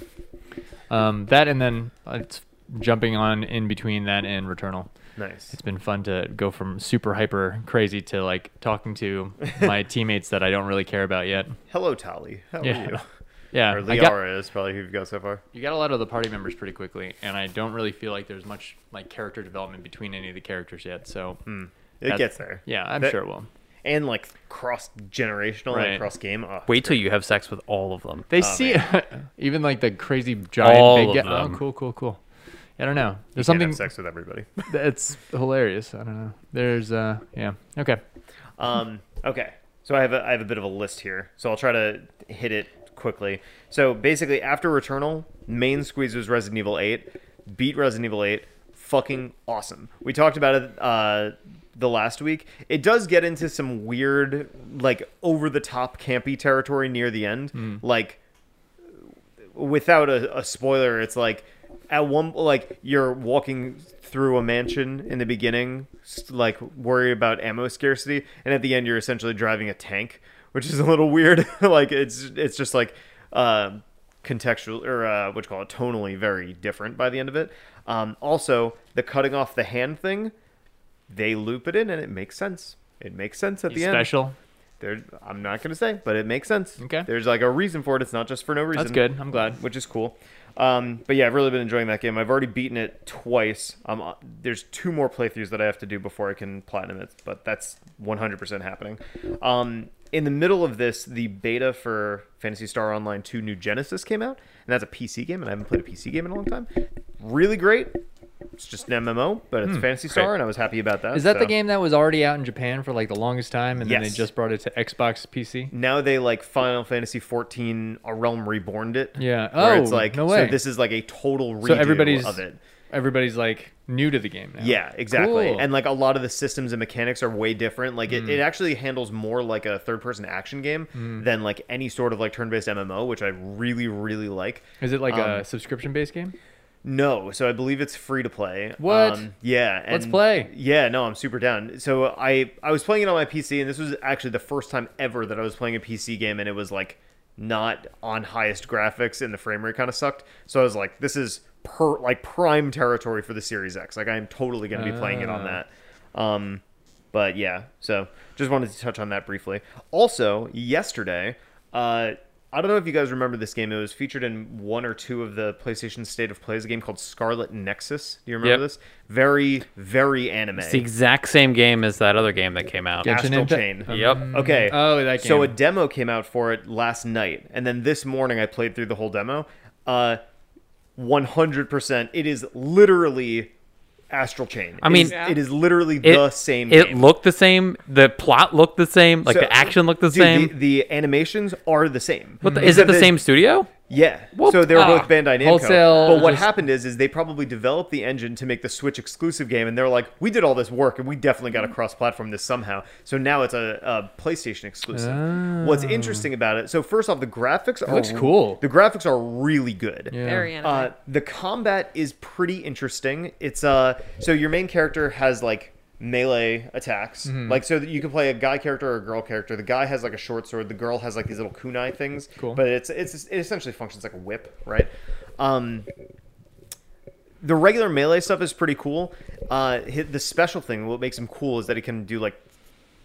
Speaker 4: Um, that and then uh, it's jumping on in between that and Returnal.
Speaker 1: Nice.
Speaker 4: It's been fun to go from super hyper crazy to like talking to my teammates that I don't really care about yet.
Speaker 1: Hello, Tali. How
Speaker 4: Yeah.
Speaker 1: are you?
Speaker 4: Yeah,
Speaker 1: Or
Speaker 4: I got-
Speaker 1: Liara is probably who you've got so far.
Speaker 4: you got a lot of the party members pretty quickly, and I don't really feel like there's much like character development between any of the characters yet. So
Speaker 1: Hmm. It
Speaker 4: That-
Speaker 1: gets there.
Speaker 4: yeah, I'm
Speaker 1: That-
Speaker 4: sure it will.
Speaker 1: And like cross generational,
Speaker 4: Right.
Speaker 1: like cross game. Oh,
Speaker 3: Wait till you have sex with all of them.
Speaker 4: They see even like the crazy giant
Speaker 3: All
Speaker 4: big
Speaker 3: of
Speaker 4: guy- Oh,
Speaker 3: them.
Speaker 4: cool, cool, cool. I don't know. There's
Speaker 1: something
Speaker 4: something
Speaker 1: have sex with everybody.
Speaker 4: that's hilarious. I don't know. There's uh yeah. Okay.
Speaker 1: um, okay, so I have a I have a bit of a list here, so I'll try to hit it quickly. So basically, after Returnal, main squeeze was Resident Evil Eight, beat Resident Evil Eight, fucking awesome. We talked about it uh, the last week. It does get into some weird, like over the top campy territory near the end.
Speaker 4: Mm.
Speaker 1: Like without a, a spoiler, it's like at one like you're walking through a mansion in the beginning, s- like worried about ammo scarcity, and at the end you're essentially driving a tank, which is a little weird. like it's it's just like uh, contextual or uh, what you call it, tonally very different by the end of it. Um, also, the cutting off the hand thing, they loop it in and it makes sense. It makes sense at the end.
Speaker 4: special.
Speaker 1: There, I'm not gonna say, but it makes sense.
Speaker 4: Okay.
Speaker 1: There's like a reason for it. It's not just for no reason.
Speaker 4: That's good. I'm glad.
Speaker 1: which is cool. Um, but yeah, I've really been enjoying that game. I've already beaten it twice. Um, uh, there's two more playthroughs that I have to do before I can platinum it, but that's 100% happening. Um, in the middle of this, the beta for Fantasy Star Online 2 New Genesis came out, and that's a PC game, and I haven't played a PC game in a long time. Really great. It's just an MMO, but
Speaker 4: Hmm.
Speaker 1: it's Fantasy Star, and I was happy about that.
Speaker 4: Is that the
Speaker 1: so.
Speaker 4: game that was already out in Japan for like the longest time, and then
Speaker 1: Yes.
Speaker 4: they just brought it to Xbox PC?
Speaker 1: now they like Final Fantasy 14 A Realm Reborned it.
Speaker 4: Yeah.
Speaker 1: Where it's
Speaker 4: Oh,
Speaker 1: like
Speaker 4: no
Speaker 1: so
Speaker 4: way.
Speaker 1: this is like a total redo
Speaker 4: So everybody's
Speaker 1: of it.
Speaker 4: Everybody's like new to the game now.
Speaker 1: Yeah, exactly.
Speaker 4: Cool. Hmm.
Speaker 1: And like a lot of the systems and mechanics are way different. Like it, it actually handles more like a third person action game than like any sort of like turn based MMO, which I really, really like.
Speaker 4: Is it like
Speaker 1: Um,
Speaker 4: a subscription based game?
Speaker 1: No, so I believe it's free to play.
Speaker 4: What?
Speaker 1: Um, yeah. And
Speaker 4: Let's play.
Speaker 1: Yeah, no, I'm super down. So I I was playing it on my PC, and this was actually the first time ever that I was playing a PC game, and it was like not on highest graphics, and the frame rate kind of sucked. So I was like, this is per like prime territory for the Series X. Like I am totally going to be playing it
Speaker 4: Ah.
Speaker 1: on that. Um, but yeah, so just wanted to touch on that briefly. Also, yesterday, uh, I don't know if you guys remember this game. It was featured in one or two of the PlayStation State of Plays. A game called Scarlet Nexus. Do you remember
Speaker 3: Yep.
Speaker 1: this? Very, very anime.
Speaker 3: It's the exact same game as that other game that came out.
Speaker 4: Yeah.
Speaker 1: Astral
Speaker 4: Genshin Impact?
Speaker 1: Chain.
Speaker 3: Yep.
Speaker 1: Okay.
Speaker 4: Oh, that game.
Speaker 1: So a demo came out for it last night, and then this morning I played through the whole demo. Uh, 100%. It is literally Astral Chain.
Speaker 3: I
Speaker 1: It
Speaker 3: mean-
Speaker 1: is- it is literally the same.
Speaker 3: It
Speaker 1: game.
Speaker 3: looked the same. The plot looked the same. Like
Speaker 1: So-
Speaker 3: the action looked the
Speaker 1: Dude,
Speaker 3: same.
Speaker 1: The, the animations are the same.
Speaker 3: What the- is it
Speaker 1: Except
Speaker 3: the
Speaker 1: that-
Speaker 3: same ah. studio?
Speaker 1: Yeah.
Speaker 3: What
Speaker 1: So they were
Speaker 3: the-
Speaker 1: both Bandai Namco.
Speaker 4: Wholesale,
Speaker 1: but what
Speaker 4: just-
Speaker 1: happened is, is they probably developed the engine to make the Switch exclusive game, and they're like, we did all this work, and we definitely got to
Speaker 3: Mm.
Speaker 1: cross-platform this somehow. So now it's a, a PlayStation exclusive.
Speaker 3: Ah.
Speaker 1: What's interesting about it? So first off, the graphics are
Speaker 4: looks cool.
Speaker 1: The graphics are really good.
Speaker 4: Yeah.
Speaker 2: Very anime.
Speaker 1: Uh, the combat is pretty interesting. It's uh, so your main character has like melee attacks, like so that you can play a guy character or a girl character. The guy has like a short sword. The girl has like these little kunai things.
Speaker 4: Cool.
Speaker 1: But it's it's it essentially functions like a whip, right? Um, the regular melee stuff is pretty cool. Uh, hi- the special thing, what makes him cool, is that he can do like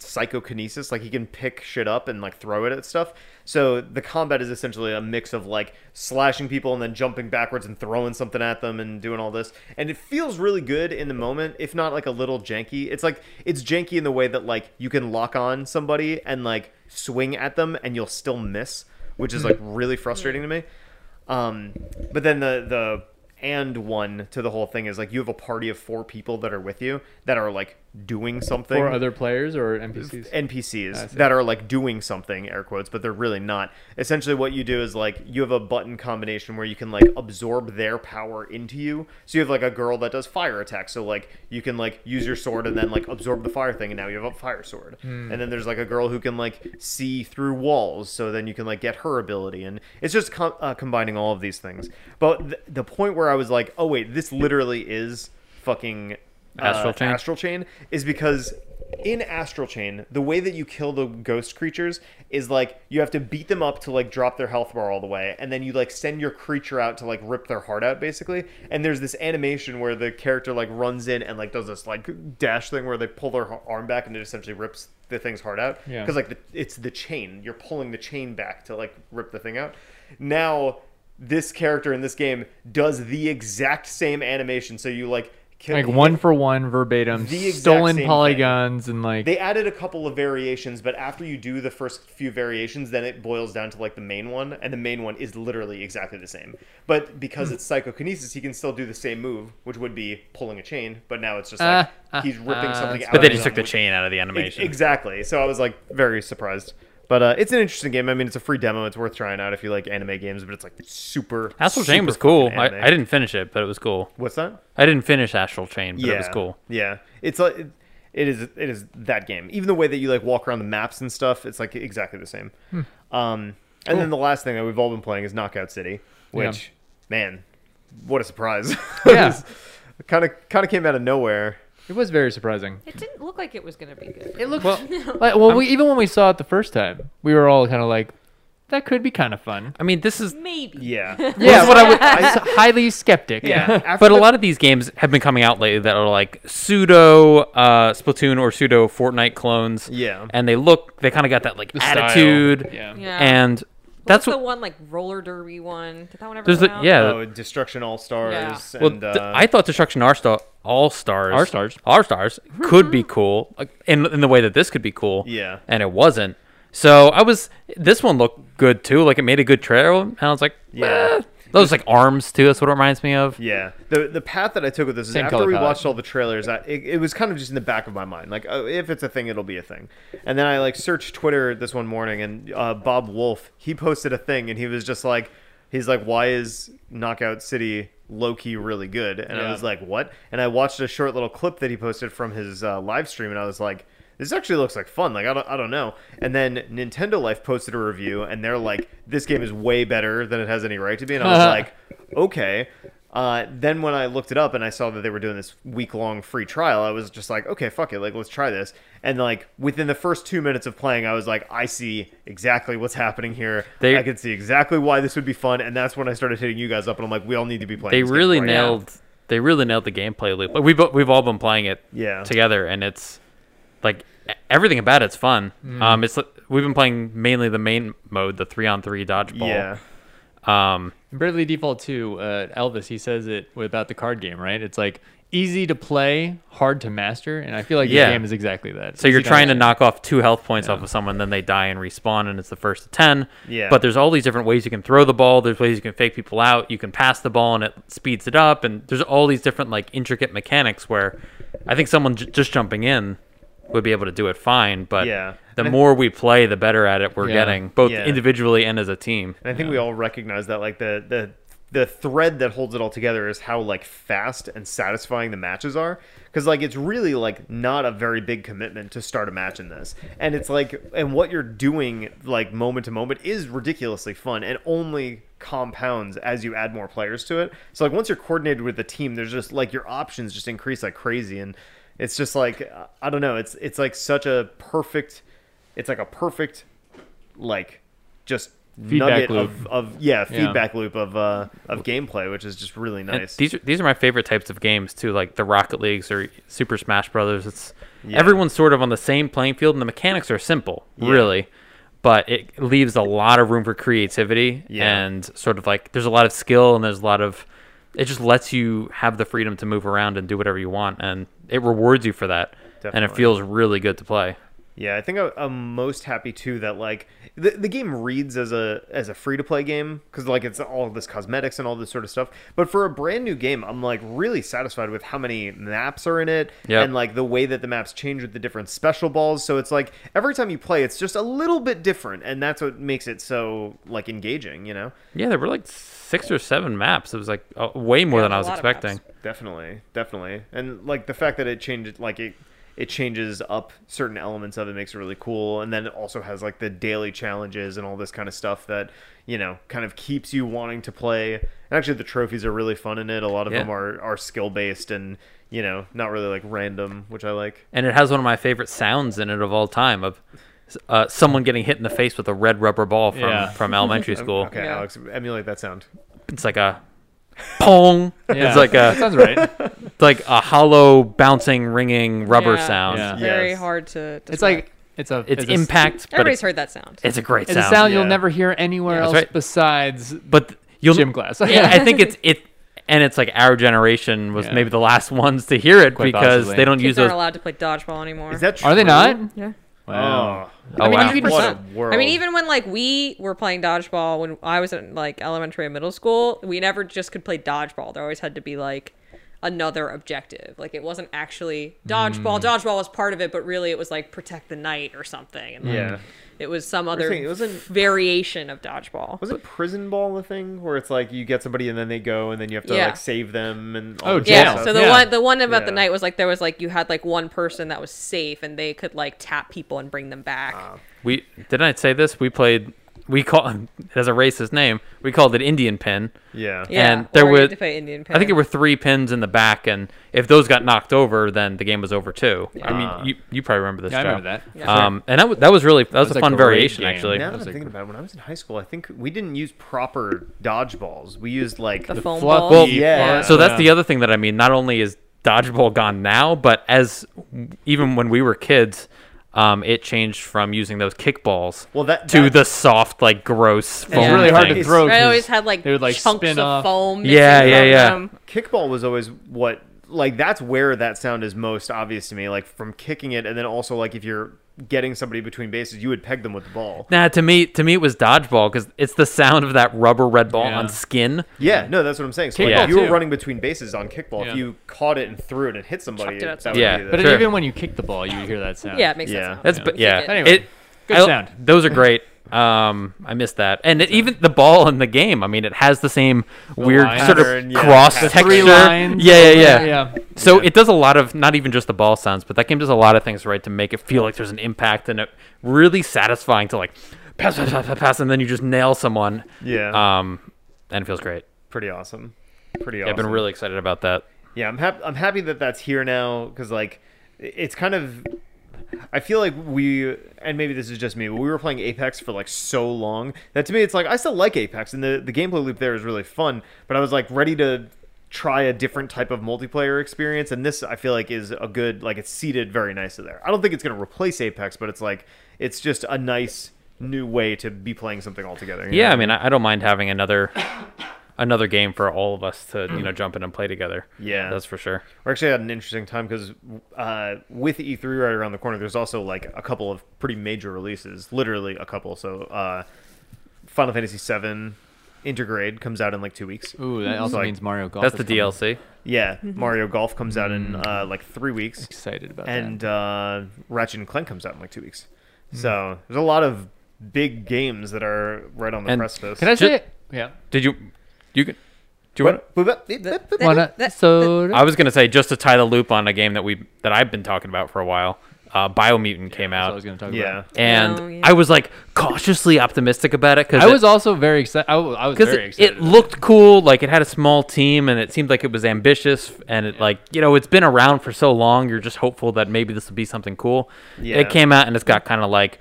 Speaker 1: psychokinesis like he can pick shit up and like throw it at stuff so the combat is essentially a mix of like slashing people and then jumping backwards and throwing something at them and doing all this and it feels really good in the moment if not like a little janky it's like it's janky in the way that like you can lock on somebody and like swing at them and you'll still miss which is like really frustrating to me um, but then the the and one to the whole thing is like you have a party of four people that are with you that are like doing something
Speaker 4: Or other players or NPCs?
Speaker 1: NPCs that are like doing something, air quotes, but they're really not. Essentially, what you do is like you have a button combination where you can like absorb their power into you. So you have like a girl that does fire attacks. So like you can like use your sword and then like absorb the fire thing, and now you have a fire sword. And then there's like a girl who can like see through walls. So then you can like get her ability. And it's just com- uh, combining all of these things. But th- the point where I was like, oh, wait, this literally is fucking. uh,
Speaker 3: Astral Chain?
Speaker 1: Astral Chain is because in Astral Chain, the way that you kill the ghost creatures is like you have to beat them up to like drop their health bar all the way, and then you like send your creature out to like rip their heart out basically. And there's this animation where the character like runs in and like does this like dash thing where they pull their h- arm back and it essentially rips the thing's heart out.
Speaker 4: Yeah.
Speaker 1: Because like the, it's the chain, you're pulling the chain back to like rip the thing out. Now this character in this game does the exact same animation, so you like kill
Speaker 4: Like one for one verbatim,
Speaker 1: The exact same
Speaker 4: stolen
Speaker 1: thing.
Speaker 4: polygons and like
Speaker 1: they added a couple of variations, but after you do the first few variations, then it boils down to like the main one, and the main one is literally exactly the same. But
Speaker 3: Hmm.
Speaker 1: because it's psychokinesis, he can still do the same move, which would be pulling a chain. But now it's just like
Speaker 4: Ah, ah,
Speaker 1: he's ripping
Speaker 4: ah,
Speaker 1: something
Speaker 4: that's
Speaker 1: out.
Speaker 3: Uh, But they
Speaker 1: of
Speaker 3: just
Speaker 1: them,
Speaker 3: took the
Speaker 1: which-
Speaker 3: chain out of the
Speaker 1: Ex-
Speaker 3: animation.
Speaker 1: Exactly. So I was like very surprised But uh, it's an interesting game. I mean, it's a free demo. It's worth trying out if you like anime games. But it's like super.
Speaker 3: Astral Chain
Speaker 1: super
Speaker 3: was cool.
Speaker 1: fucking
Speaker 3: I,
Speaker 1: anime.
Speaker 3: I didn't finish it, but it was cool.
Speaker 1: What's that?
Speaker 3: I didn't finish Astral Chain, but
Speaker 1: yeah,
Speaker 3: it was cool.
Speaker 1: Yeah, it's like it, it is. It is that game. Even the way that you like walk around the maps and stuff, it's like exactly the same.
Speaker 3: Hmm.
Speaker 1: Um, and then the last thing that we've all been playing is Knockout City, which man, what a surprise!
Speaker 4: Yeah.
Speaker 1: kind of kind of came out of nowhere.
Speaker 4: It was very surprising.
Speaker 2: It didn't look like it was gonna be good.
Speaker 4: It looked well. like, well we, even when we saw it the first time, we were all kind of like, "That could be kind of fun."
Speaker 3: I mean, this is
Speaker 2: Maybe.
Speaker 1: Yeah,
Speaker 4: Yeah, what I would highly skeptic.
Speaker 1: After
Speaker 3: but a
Speaker 1: the-
Speaker 3: lot of these games have been coming out lately that are like pseudo uh, Splatoon or pseudo Fortnite clones.
Speaker 1: Yeah.
Speaker 3: and uh, they look they kind of got that like
Speaker 4: The style.
Speaker 3: attitude.
Speaker 4: Yeah.
Speaker 2: Yeah.
Speaker 3: and
Speaker 2: That's
Speaker 3: that's
Speaker 2: the
Speaker 3: what
Speaker 2: one like roller derby one. Did that one ever
Speaker 3: there's
Speaker 2: come
Speaker 3: the
Speaker 2: out?
Speaker 3: yeah.
Speaker 1: Oh, Destruction All Stars.
Speaker 3: well,
Speaker 1: and,
Speaker 3: th-
Speaker 1: uh,
Speaker 3: I thought Destruction All Star All Stars
Speaker 4: All Stars.
Speaker 3: All Stars could be cool like, in in the way that this could be cool.
Speaker 1: Yeah.
Speaker 3: and it wasn't. So I was this one looked good too. Like it made a good trail, and I was like,
Speaker 1: Yeah.
Speaker 3: yeah. Those like arms too. That's what it reminds me of.
Speaker 1: Yeah, the the path that I took with this is
Speaker 4: Same
Speaker 1: after
Speaker 4: color
Speaker 1: we
Speaker 4: palette.
Speaker 1: watched all the trailers, I, it, it was kind of just in the back of my mind, like oh, if it's a thing, it'll be a thing. And then I like searched Twitter this one morning, and uh, Bob Wolf he posted a thing, and he was just like, he's like, why is Knockout City low key really good? And I
Speaker 4: Yeah.
Speaker 1: was like, what? And I watched a short little clip that he posted from his uh, live stream, and I was like. This actually looks like fun. Like I don't, I don't know. And then Nintendo Life posted a review, and they're like, "This game is way better than it has any right to be." And I was like, okay. Uh, then when I looked it up and I saw that they were doing this week long free trial, I was just like, okay, fuck it, like let's try this. And like within the first two minutes of playing, I was like, I see exactly what's happening here.
Speaker 3: They-
Speaker 1: I can see exactly why this would be fun. And that's when I started hitting you guys up, and I'm like, we all need to be playing.
Speaker 3: They
Speaker 1: this
Speaker 3: really
Speaker 1: game right now.
Speaker 3: nailed. They really nailed the gameplay loop. Like, we've bo- we've all been playing it
Speaker 1: Yeah.
Speaker 3: together, and it's like e- everything about it's fun. Um, it's li- we've been playing mainly the main mode, the three on three
Speaker 1: Yeah,
Speaker 3: dodgeball. Yeah. Um,
Speaker 4: Bradley Default 2, uh, Elvis, he says it about the card game, right? It's like easy to play, hard to master, and I feel like
Speaker 3: Yeah.
Speaker 4: this game is exactly that.
Speaker 3: so you're
Speaker 4: Easy
Speaker 3: trying to
Speaker 4: master.
Speaker 3: knock off two health points off of someone, then they die and respawn, and it's the first to ten.
Speaker 1: Yeah.
Speaker 3: But there's all these different ways you can throw the ball. There's ways you can fake people out. You can pass the ball, and it speeds it up. And there's all these different like intricate mechanics where I think someone j- just jumping in would be able to do it fine. But
Speaker 1: Yeah.
Speaker 3: the
Speaker 1: And I-
Speaker 3: more we play, the better at it we're
Speaker 4: Yeah.
Speaker 3: getting, both
Speaker 1: Yeah.
Speaker 3: individually and as a team.
Speaker 1: and I think we all recognize that, like the the the thread that holds it all together is how like fast and satisfying the matches are because like it's really like not a very big commitment to start a match in this and it's like and what you're doing like moment to moment is ridiculously fun and only compounds as you add more players to it so like once you're coordinated with the team there's just like your options just increase like crazy and it's just like i don't know it's it's like such a perfect it's like a perfect like just
Speaker 4: Feedback
Speaker 1: nugget
Speaker 4: loop.
Speaker 1: of of yeah
Speaker 4: Yeah.
Speaker 1: feedback loop of uh of gameplay which is just really
Speaker 3: And
Speaker 1: nice
Speaker 3: these are these are my favorite types of games too, like the Rocket Leagues or Super Smash Brothers. It's
Speaker 1: Yeah.
Speaker 3: everyone's sort of on the same playing field, and the mechanics are simple,
Speaker 1: Yeah.
Speaker 3: really, but it leaves a lot of room for creativity
Speaker 1: Yeah.
Speaker 3: and sort of like there's a lot of skill and there's a lot of it just lets you have the freedom to move around and do whatever you want, and it rewards you for that, and it
Speaker 1: Definitely.
Speaker 3: feels really good to play.
Speaker 1: Yeah, I think I, I'm most happy too that like the, the game reads as a as a free to play game because like it's all this cosmetics and all this sort of stuff. But for a brand new game, I'm like really satisfied with how many maps are in it
Speaker 3: Yep.
Speaker 1: and like the way that the maps change with the different special balls. So it's like every time you play, it's just a little bit different, and that's what makes it so like engaging. You know,
Speaker 3: Yeah, there were like six or seven maps. It was like uh, way more
Speaker 2: Yeah,
Speaker 3: than I
Speaker 2: there's
Speaker 3: was
Speaker 2: a lot of maps.
Speaker 3: expecting.
Speaker 1: definitely, definitely, and like the fact that it changed like it. It changes up certain elements of it, makes it really cool, and then it also has like the daily challenges and all this kind of stuff that you know kind of keeps you wanting to play. And actually, the trophies are really fun in it. A lot of
Speaker 3: Yeah.
Speaker 1: them are are skill based and you know not really like random, which I like.
Speaker 3: and it has one of my favorite sounds in it of all time of uh, someone getting hit in the face with a red rubber ball from,
Speaker 4: Yeah.
Speaker 3: from elementary school.
Speaker 1: Okay,
Speaker 2: Yeah.
Speaker 1: Alex, emulate that sound.
Speaker 3: It's like a pong.
Speaker 4: Yeah.
Speaker 3: It's like
Speaker 4: that
Speaker 3: a
Speaker 4: sounds right.
Speaker 3: it's like a hollow bouncing ringing rubber
Speaker 2: Yeah.
Speaker 3: sound.
Speaker 4: Yeah.
Speaker 2: Very
Speaker 1: Yes.
Speaker 2: hard to. to track.
Speaker 4: It's like it's a
Speaker 3: It's
Speaker 4: a s-
Speaker 3: impact, but
Speaker 2: everybody's
Speaker 3: it's,
Speaker 2: heard that sound.
Speaker 3: it's a great
Speaker 4: It's
Speaker 3: sound.
Speaker 4: a sound you'll
Speaker 1: Yeah.
Speaker 4: never hear anywhere
Speaker 3: That's
Speaker 4: else
Speaker 3: right.
Speaker 4: besides
Speaker 3: But th- you'll
Speaker 4: gym class.
Speaker 3: Yeah, I think it's it and it's like our generation was
Speaker 4: Yeah.
Speaker 3: maybe the last ones to hear it
Speaker 4: Quite
Speaker 3: because
Speaker 4: possibly.
Speaker 3: they don't use
Speaker 2: Kids aren't
Speaker 3: those.
Speaker 2: allowed to play dodgeball anymore.
Speaker 1: Is that true?
Speaker 4: Are they not?
Speaker 2: Yeah.
Speaker 4: Wow.
Speaker 1: Oh,
Speaker 3: Oh,
Speaker 4: I mean,
Speaker 3: wow.
Speaker 4: you could
Speaker 1: What
Speaker 4: just,
Speaker 1: a world.
Speaker 2: I mean, even when like we were playing dodgeball when I was in like elementary and middle school, we never just could play dodgeball. There always had to be like another objective. Like it wasn't actually
Speaker 3: Mm.
Speaker 2: dodgeball. Dodgeball was part of it, but really it was like protect the knight or something. And like,
Speaker 1: Yeah.
Speaker 2: it was some other
Speaker 1: saying it wasn't-
Speaker 2: variation of dodgeball.
Speaker 1: Wasn't prison ball the thing where it's like you get somebody and then they go and then you have to
Speaker 2: Yeah.
Speaker 1: like save them and all
Speaker 4: Oh,
Speaker 1: this
Speaker 2: yeah.
Speaker 1: stuff?
Speaker 2: So the
Speaker 3: Yeah.
Speaker 2: one the one about the
Speaker 1: Yeah.
Speaker 2: night was like there was like you had like one person that was safe and they could like tap people and bring them back.
Speaker 1: Ah.
Speaker 3: We didn't I say this? We played. We call it has a racist name. We called it Indian pin.
Speaker 1: yeah.
Speaker 2: yeah.
Speaker 3: and there
Speaker 2: or you
Speaker 3: were-
Speaker 2: had to play Indian
Speaker 3: I think
Speaker 2: Pin.
Speaker 3: there were three pins in the back, and if those got knocked over, then the game was over too. I
Speaker 1: Ah.
Speaker 3: mean, you, you probably remember this.
Speaker 4: Yeah, I
Speaker 3: Joe.
Speaker 4: remember that.
Speaker 2: Yeah.
Speaker 3: Um, and that was that was really that was,
Speaker 4: was
Speaker 3: a
Speaker 4: a
Speaker 3: fun
Speaker 4: great
Speaker 3: variation
Speaker 4: game.
Speaker 3: actually.
Speaker 1: Now
Speaker 4: That
Speaker 1: that I'm
Speaker 4: was like-
Speaker 1: thinking about it, when I was in high school, I think we didn't use proper dodgeballs. We used like
Speaker 2: the foam
Speaker 4: fluff-
Speaker 2: ball.
Speaker 3: Well,
Speaker 1: Yeah.
Speaker 3: So that's
Speaker 4: Yeah.
Speaker 3: the other thing that I mean. Not only is dodgeball gone now, but as even when we were kids, um, it changed from using those kickballs
Speaker 1: Well, that-
Speaker 3: to
Speaker 1: that-
Speaker 3: the soft, like gross. Foam
Speaker 4: It's really hard
Speaker 3: thing.
Speaker 4: to throw.
Speaker 2: I
Speaker 4: 'cause
Speaker 2: always had like,
Speaker 4: they would, like,
Speaker 2: chunks
Speaker 4: spin
Speaker 2: of
Speaker 4: off.
Speaker 2: foam.
Speaker 3: Yeah,
Speaker 2: missing
Speaker 3: yeah,
Speaker 2: from
Speaker 3: yeah.
Speaker 2: them.
Speaker 1: kickball was always what like that's where that sound is most obvious to me. Like from kicking it, and then also like if you're getting somebody between bases, you would peg them with the ball.
Speaker 3: Nah, to me, to me, it was dodgeball because it's the sound of that rubber red ball
Speaker 4: Yeah.
Speaker 3: on skin.
Speaker 1: Yeah, no, that's what I'm saying. So like,
Speaker 4: Kickball,
Speaker 1: if you were
Speaker 4: too.
Speaker 1: running between bases on kickball,
Speaker 4: Yeah.
Speaker 1: if you caught it and threw it and hit somebody,
Speaker 2: Chucked it at
Speaker 1: that would
Speaker 2: somebody.
Speaker 3: Yeah.
Speaker 1: be the,
Speaker 4: But
Speaker 3: Sure.
Speaker 4: even when you kick the ball, you hear that sound.
Speaker 2: Yeah, it makes
Speaker 1: Yeah.
Speaker 2: sense.
Speaker 3: That's but yeah.
Speaker 2: it.
Speaker 4: Anyway,
Speaker 3: it,
Speaker 4: good
Speaker 3: I-
Speaker 4: sound.
Speaker 3: Those are great. Um, I missed that, and it, even the ball in the game. I mean, it has the same weird
Speaker 4: lines.
Speaker 3: sort of
Speaker 1: Pattern, yeah.
Speaker 3: cross
Speaker 1: The
Speaker 3: texture.
Speaker 4: Three lines.
Speaker 3: yeah, yeah, yeah.
Speaker 4: Yeah.
Speaker 3: So it does a lot of not even just the ball sounds, but that game does a lot of things right to make it feel like there's an impact and it really satisfying to like pass, pass, pass, pass, pass, and then you just nail someone.
Speaker 1: Yeah.
Speaker 3: Um, and it feels great.
Speaker 1: pretty awesome. Pretty
Speaker 3: Yeah,
Speaker 1: awesome.
Speaker 3: I've been really excited about that.
Speaker 1: Yeah, I'm happy. I'm happy that that's here now because like it's kind of. I feel like we, and maybe this is just me, but we were playing Apex for like so long that to me it's like I still like Apex and the the gameplay loop there is really fun. But I was like ready to try a different type of multiplayer experience, and this I feel like is a good like it's seated very nicely there. I don't think it's going to replace Apex, but it's like it's just a nice new way to be playing something altogether. you know?
Speaker 3: Yeah, I mean, I, I don't mind having another another game for all of us to you know jump in and play together.
Speaker 1: Yeah.
Speaker 3: that's for sure.
Speaker 1: We actually had an interesting time because uh, with E3 right around the corner, there's also like a couple of pretty major releases, literally a couple. So uh, Final Fantasy VII Intergrade comes out in like two weeks.
Speaker 4: Ooh, that also
Speaker 1: like-
Speaker 4: means Mario Golf.
Speaker 3: That's
Speaker 4: is
Speaker 3: the
Speaker 4: coming.
Speaker 3: DLC.
Speaker 1: Yeah, Mario Golf comes out in
Speaker 4: Mm.
Speaker 1: uh, like three weeks,
Speaker 4: Excited about
Speaker 1: and
Speaker 4: that.
Speaker 1: uh, Ratchet and Clank comes out in like two weeks.
Speaker 4: Mm.
Speaker 1: So there's a lot of big games that are right on the
Speaker 3: And
Speaker 1: precipice.
Speaker 4: Can I
Speaker 3: ju-
Speaker 4: say? Yeah.
Speaker 3: Did you? You can. Do you want?
Speaker 1: What? Boop,
Speaker 2: Wanna-
Speaker 4: Wanna- so
Speaker 3: I was gonna say just to tie the loop on a game that we that I've been talking about for a while. Uh, Biomutant came
Speaker 4: That's what
Speaker 3: out,
Speaker 4: I was going to talk
Speaker 1: Yeah.
Speaker 4: about.
Speaker 3: and
Speaker 2: Oh, yeah.
Speaker 3: I was like cautiously optimistic about it because
Speaker 4: I was also very excited. I wa- I was
Speaker 3: because
Speaker 4: very
Speaker 3: it,
Speaker 4: excited.
Speaker 3: it looked cool. Like it had a small team, and it seemed like it was ambitious. And it like you know it's been around for so long. You're just hopeful that maybe this will be something cool.
Speaker 1: Yeah.
Speaker 3: It came out, and it's got kind of like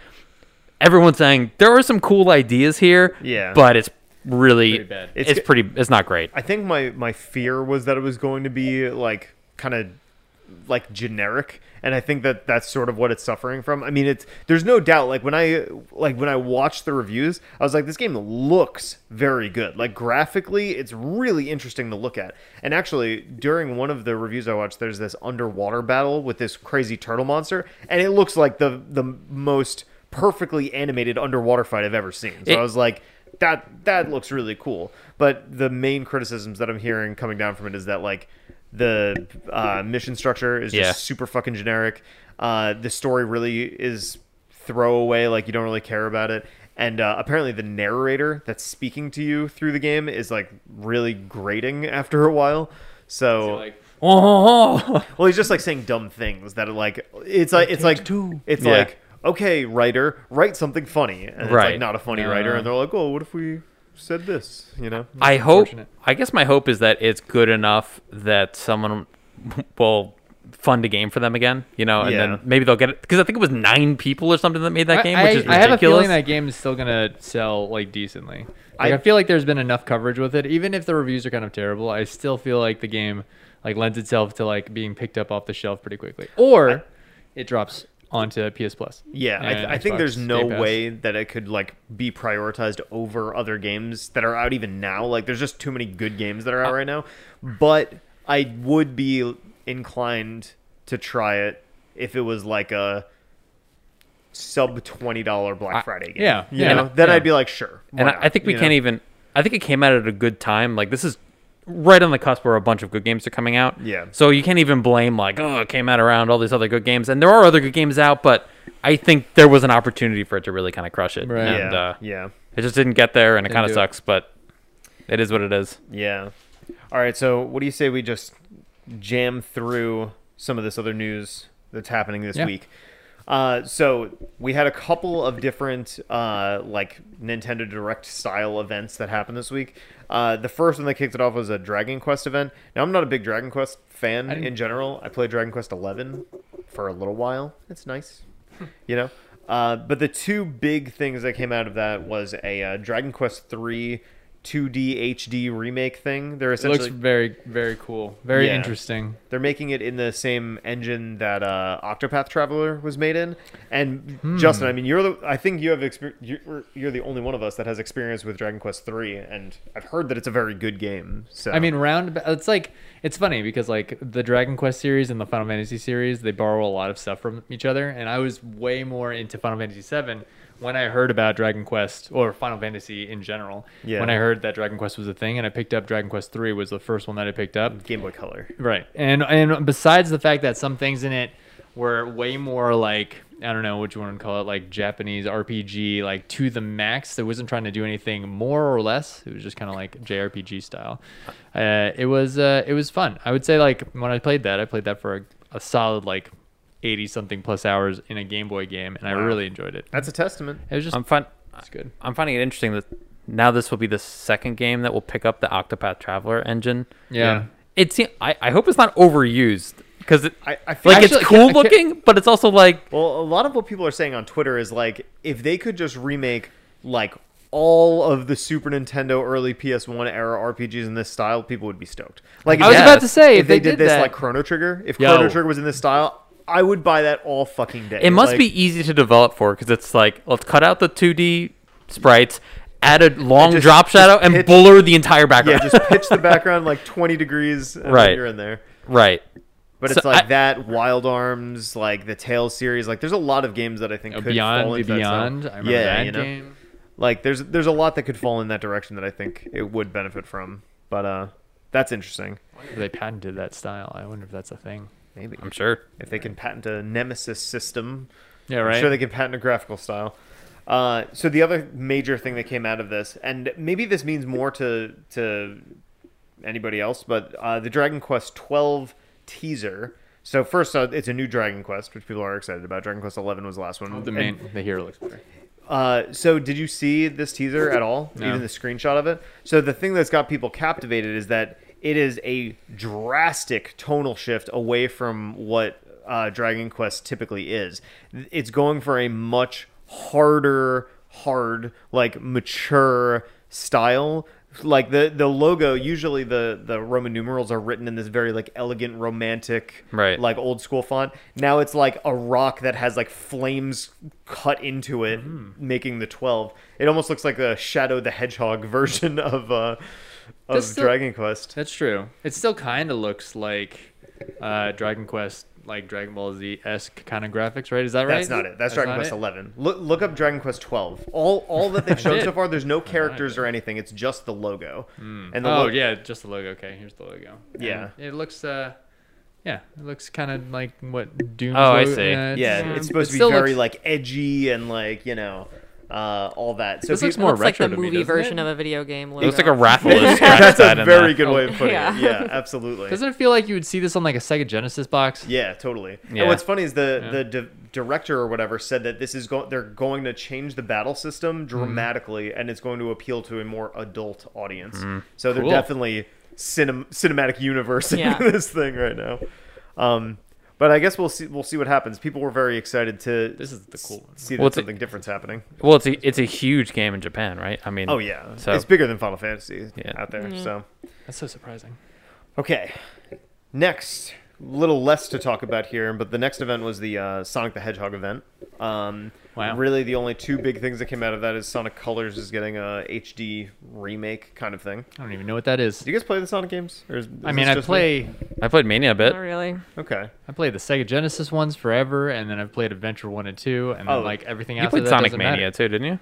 Speaker 3: everyone's saying there are some cool ideas here.
Speaker 1: Yeah.
Speaker 3: but it's really
Speaker 4: Pretty bad.
Speaker 3: It's,
Speaker 1: It's-
Speaker 3: pretty. It's not great.
Speaker 1: I think my my fear was that it was going to be like kind of like generic and I think that that's sort of what it's suffering from. I mean, it's there's no doubt like when I like when I watched the reviews, I was like this game looks very good. Like graphically, it's really interesting to look at. And actually, during one of the reviews I watched, there's this underwater battle with this crazy turtle monster and it looks like the the most perfectly animated underwater fight I've ever seen. So
Speaker 3: It-
Speaker 1: I was like that that looks really cool. But the main criticisms that I'm hearing coming down from it is that like the uh, mission structure is just
Speaker 3: Yeah.
Speaker 1: super fucking generic. Uh, the story really is throwaway, like you don't really care about it. And uh, apparently, the narrator that's speaking to you through the game is like really grating after a while. So,
Speaker 4: Like,
Speaker 3: Oh,
Speaker 1: well, he's just like saying dumb things that are like it's like it's like it's
Speaker 3: Yeah.
Speaker 1: like okay, writer, write something funny, and it's
Speaker 3: Right.
Speaker 1: like not a funny
Speaker 4: No.
Speaker 1: writer, and they're like, oh, what if we said this? You know,
Speaker 3: I hope.
Speaker 4: unfortunate.
Speaker 3: I guess my hope is that it's good enough that someone will fund a game for them again. You know, and
Speaker 1: Yeah.
Speaker 3: then maybe they'll get it because I think it was nine people or something that made that
Speaker 4: I,
Speaker 3: game, which is
Speaker 4: I- I have a
Speaker 3: ridiculous.
Speaker 4: feeling that game is still gonna sell like decently. Like,
Speaker 1: I-
Speaker 4: I, feel like there's been enough coverage with it, even if the reviews are kind of terrible. I still feel like the game like lends itself to like being picked up off the shelf pretty quickly, or it drops onto PS Plus.
Speaker 1: Yeah, I, th-
Speaker 4: and
Speaker 1: I think there's
Speaker 4: Xbox
Speaker 1: no
Speaker 4: Day Pass.
Speaker 1: way that it could like be prioritized over other games that are out even now. Like, there's just too many good games that are out right now. But I would be inclined to try it if it was like a sub twenty dollar Black Friday game.
Speaker 4: yeah,
Speaker 1: you
Speaker 4: yeah,
Speaker 1: know,
Speaker 4: and-
Speaker 1: then
Speaker 4: yeah.
Speaker 1: I'd be like, sure. why
Speaker 3: and I,
Speaker 1: not,
Speaker 3: I think we
Speaker 1: you know?
Speaker 3: can't even. I think it came out at a good time. Like this is right on the cusp where a bunch of good games are coming out.
Speaker 1: Yeah.
Speaker 3: So you can't even blame like, oh, it came out around all these other good games, and there are other good games out, but I think there was an opportunity for it to really kind of crush it,
Speaker 4: Right.
Speaker 3: and
Speaker 1: yeah,
Speaker 3: uh,
Speaker 1: yeah.
Speaker 3: it just didn't get there, and it kind of
Speaker 4: do it.
Speaker 3: sucks, but it is what it is.
Speaker 1: Yeah. All right. So, what do you say we just jam through some of this other news that's happening this
Speaker 4: Yeah.
Speaker 1: week? Uh, so we had a couple of different uh, like Nintendo Direct style events that happened this week. Uh, the first one that kicked it off was a Dragon Quest event. Now I'm not a big Dragon Quest fan in general. I played Dragon Quest Eleven for a little while. It's nice, you know. Uh, but the two big things that came out of that was a uh, Dragon Quest Three 2D HD remake thing. They're
Speaker 4: It looks
Speaker 1: essentially
Speaker 4: very, very cool. Very
Speaker 1: Yeah.
Speaker 4: interesting.
Speaker 1: they're making it in the same engine that uh, Octopath Traveler was made in. And
Speaker 4: Hmm.
Speaker 1: Justin, I mean, you're the, I think you have exper- you're, you're the only one of us that has experience with Dragon Quest Three, and I've heard that it's a very good game. So
Speaker 4: I mean, round. It's like it's funny because like the Dragon Quest series and the Final Fantasy series, they borrow a lot of stuff from each other. And I was way more into Final Fantasy VII when I heard about Dragon Quest or Final Fantasy in general.
Speaker 1: Yeah.
Speaker 4: When I heard that Dragon Quest was a thing, and I picked up Dragon Quest Three was the first one that I picked up.
Speaker 1: Game Boy Color.
Speaker 4: Right. And and besides the fact that some things in it were way more like I don't know what you want to call it, like Japanese RPG, like to the max. That wasn't trying to do anything more or less. It was just kind of like JRPG style. Uh, it was uh, it was fun. I would say like when I played that, I played that for a, a solid like eighty something plus hours in a Game Boy game, and I really enjoyed it.
Speaker 1: That's a testament.
Speaker 4: It was just
Speaker 3: I'm fun.
Speaker 4: it's good.
Speaker 3: I'm finding it interesting that now this will be the second game that will pick up the Octopath Traveler engine.
Speaker 4: Yeah.
Speaker 3: It seems. I, I hope it's not overused because it,
Speaker 1: I, I feel
Speaker 3: like
Speaker 4: Actually,
Speaker 3: it's
Speaker 4: I
Speaker 3: cool
Speaker 4: can't- I can't-
Speaker 3: looking, but it's also like
Speaker 1: Well, a lot of what people are saying on Twitter is like if they could just remake like all of the Super Nintendo early PS1 era RPGs in this style, people would be stoked. Like
Speaker 4: I was
Speaker 1: if,
Speaker 3: Yeah.
Speaker 4: about to say
Speaker 1: if
Speaker 4: if,
Speaker 1: they, did,
Speaker 4: did,
Speaker 1: this
Speaker 4: that,
Speaker 1: like Chrono Trigger, if
Speaker 4: Yo.
Speaker 1: Chrono Trigger was in this style, I would buy that all fucking day.
Speaker 3: It must
Speaker 1: Like,
Speaker 3: be easy to develop for because it's like let's cut out the 2D sprites, add a long
Speaker 1: just-
Speaker 3: drop
Speaker 1: just
Speaker 3: shadow, and
Speaker 1: pitch-
Speaker 3: blur the entire
Speaker 1: yeah,
Speaker 3: background.
Speaker 1: just pitch the background like 20 degrees and then
Speaker 3: Right.
Speaker 1: you're in there.
Speaker 3: right.
Speaker 1: But
Speaker 3: So
Speaker 1: it's like
Speaker 3: I-
Speaker 1: that Wild Arms, like the Tails series, like there's a lot of games that I think
Speaker 4: uh,
Speaker 1: could fall into
Speaker 4: Beyond
Speaker 1: that style.
Speaker 4: Beyond. I remember
Speaker 1: yeah,
Speaker 4: that
Speaker 1: you know?
Speaker 4: game.
Speaker 1: like there's there's a lot that could fall in that direction that I think it would benefit from. But uh that's interesting.
Speaker 4: They patented that style. I wonder if that's a thing.
Speaker 1: Maybe
Speaker 3: I'm sure.
Speaker 1: if they can patent a nemesis system,
Speaker 4: Yeah,
Speaker 1: I'm
Speaker 4: right.
Speaker 1: sure they can patent a graphical style. Uh, so the other major thing that came out of this, and maybe this means more to to anybody else, but uh, the Dragon Quest twelve teaser. So first, uh, it's a new Dragon Quest, which people are excited about. Dragon Quest eleven was the last one.
Speaker 4: the
Speaker 1: And
Speaker 4: main the hero looks better.
Speaker 1: uh, so did you see this teaser at all?
Speaker 4: No.
Speaker 1: Even the screenshot of it. So the thing that's got people captivated is that it is a drastic tonal shift away from what uh, Dragon Quest typically is. It's going for a much harder, hard, like mature style. Like the the logo, usually the the Roman numerals are written in this very like elegant, romantic,
Speaker 3: Right.
Speaker 1: like old school font. Now it's like a rock that has like flames cut into it,
Speaker 4: Hmm.
Speaker 1: making the twelve. It almost looks like a Shadow the Hedgehog version of uh, of
Speaker 4: Does the-
Speaker 1: Dragon Quest.
Speaker 4: That's true. It still kind of looks like uh, Dragon Quest, like Dragon Ball Z esque kind of graphics, right? Is that right?
Speaker 1: That's not it. That's, Dragon
Speaker 4: not
Speaker 1: Quest
Speaker 4: it?
Speaker 1: eleven. Look look up Dragon Quest twelve. All all that they've shown
Speaker 4: did.
Speaker 1: so far, there's no characters or anything. It's just the logo. And the
Speaker 4: Oh
Speaker 1: lo-
Speaker 4: yeah, just the logo. Okay, here's the logo. And
Speaker 1: Yeah.
Speaker 4: it looks. Uh, yeah, it looks kind of like what Doom.
Speaker 3: Oh, I see.
Speaker 1: yeah,
Speaker 2: Yeah.
Speaker 1: It's supposed to
Speaker 4: uh, It still
Speaker 1: be very
Speaker 4: looks-
Speaker 1: like edgy and like you know uh, all that. So
Speaker 4: This
Speaker 1: if you-
Speaker 4: looks more
Speaker 2: Looks like the
Speaker 4: retro to me,
Speaker 2: movie
Speaker 4: doesn't
Speaker 2: version
Speaker 4: it?
Speaker 2: of a video game.
Speaker 3: It looks like a
Speaker 2: logo.
Speaker 3: Rathalos.
Speaker 1: that's a very good way of putting
Speaker 2: Yeah.
Speaker 1: it. Yeah, absolutely.
Speaker 4: Doesn't it feel like you would see this on like a Sega Genesis box?
Speaker 1: Yeah, totally. And
Speaker 3: Yeah.
Speaker 1: what's funny is the
Speaker 4: Yeah.
Speaker 1: the di- director or whatever said that this is going they're going to change the battle system dramatically and it's going to appeal to a more adult audience. So they're
Speaker 4: Cool.
Speaker 1: definitely cinem- cinematic universe in
Speaker 2: Yeah.
Speaker 1: this thing right now. Um but I guess we'll see we'll see what happens. People were very excited to
Speaker 4: This is the cool one.
Speaker 1: see
Speaker 3: Well,
Speaker 1: that
Speaker 3: it's a-
Speaker 1: something different's happening.
Speaker 3: Well, it's a it's a huge game in Japan, right? I mean,
Speaker 1: Oh yeah.
Speaker 3: So-
Speaker 1: It's bigger than Final Fantasy
Speaker 3: Yeah.
Speaker 1: out there. So
Speaker 4: That's so surprising.
Speaker 1: Okay. Next, little less to talk about here, but the next event was the uh, Sonic the Hedgehog event. Um,
Speaker 4: Wow.
Speaker 1: Really, the only two big things that came out of that is Sonic Colors is getting a HD remake kind of thing.
Speaker 4: I don't even know what that is.
Speaker 1: Do you guys play the Sonic games? Or is, is
Speaker 4: I
Speaker 1: this
Speaker 4: mean, I
Speaker 1: just me?
Speaker 4: play.
Speaker 3: I played Mania a bit.
Speaker 2: Not really.
Speaker 1: Okay.
Speaker 4: I played the Sega Genesis ones forever, and then I've played Adventure One and Two, and then
Speaker 1: Oh.
Speaker 4: like everything
Speaker 3: You
Speaker 4: after
Speaker 3: played
Speaker 4: that
Speaker 3: Sonic
Speaker 4: doesn't
Speaker 3: Mania
Speaker 4: matter.
Speaker 3: too, didn't you?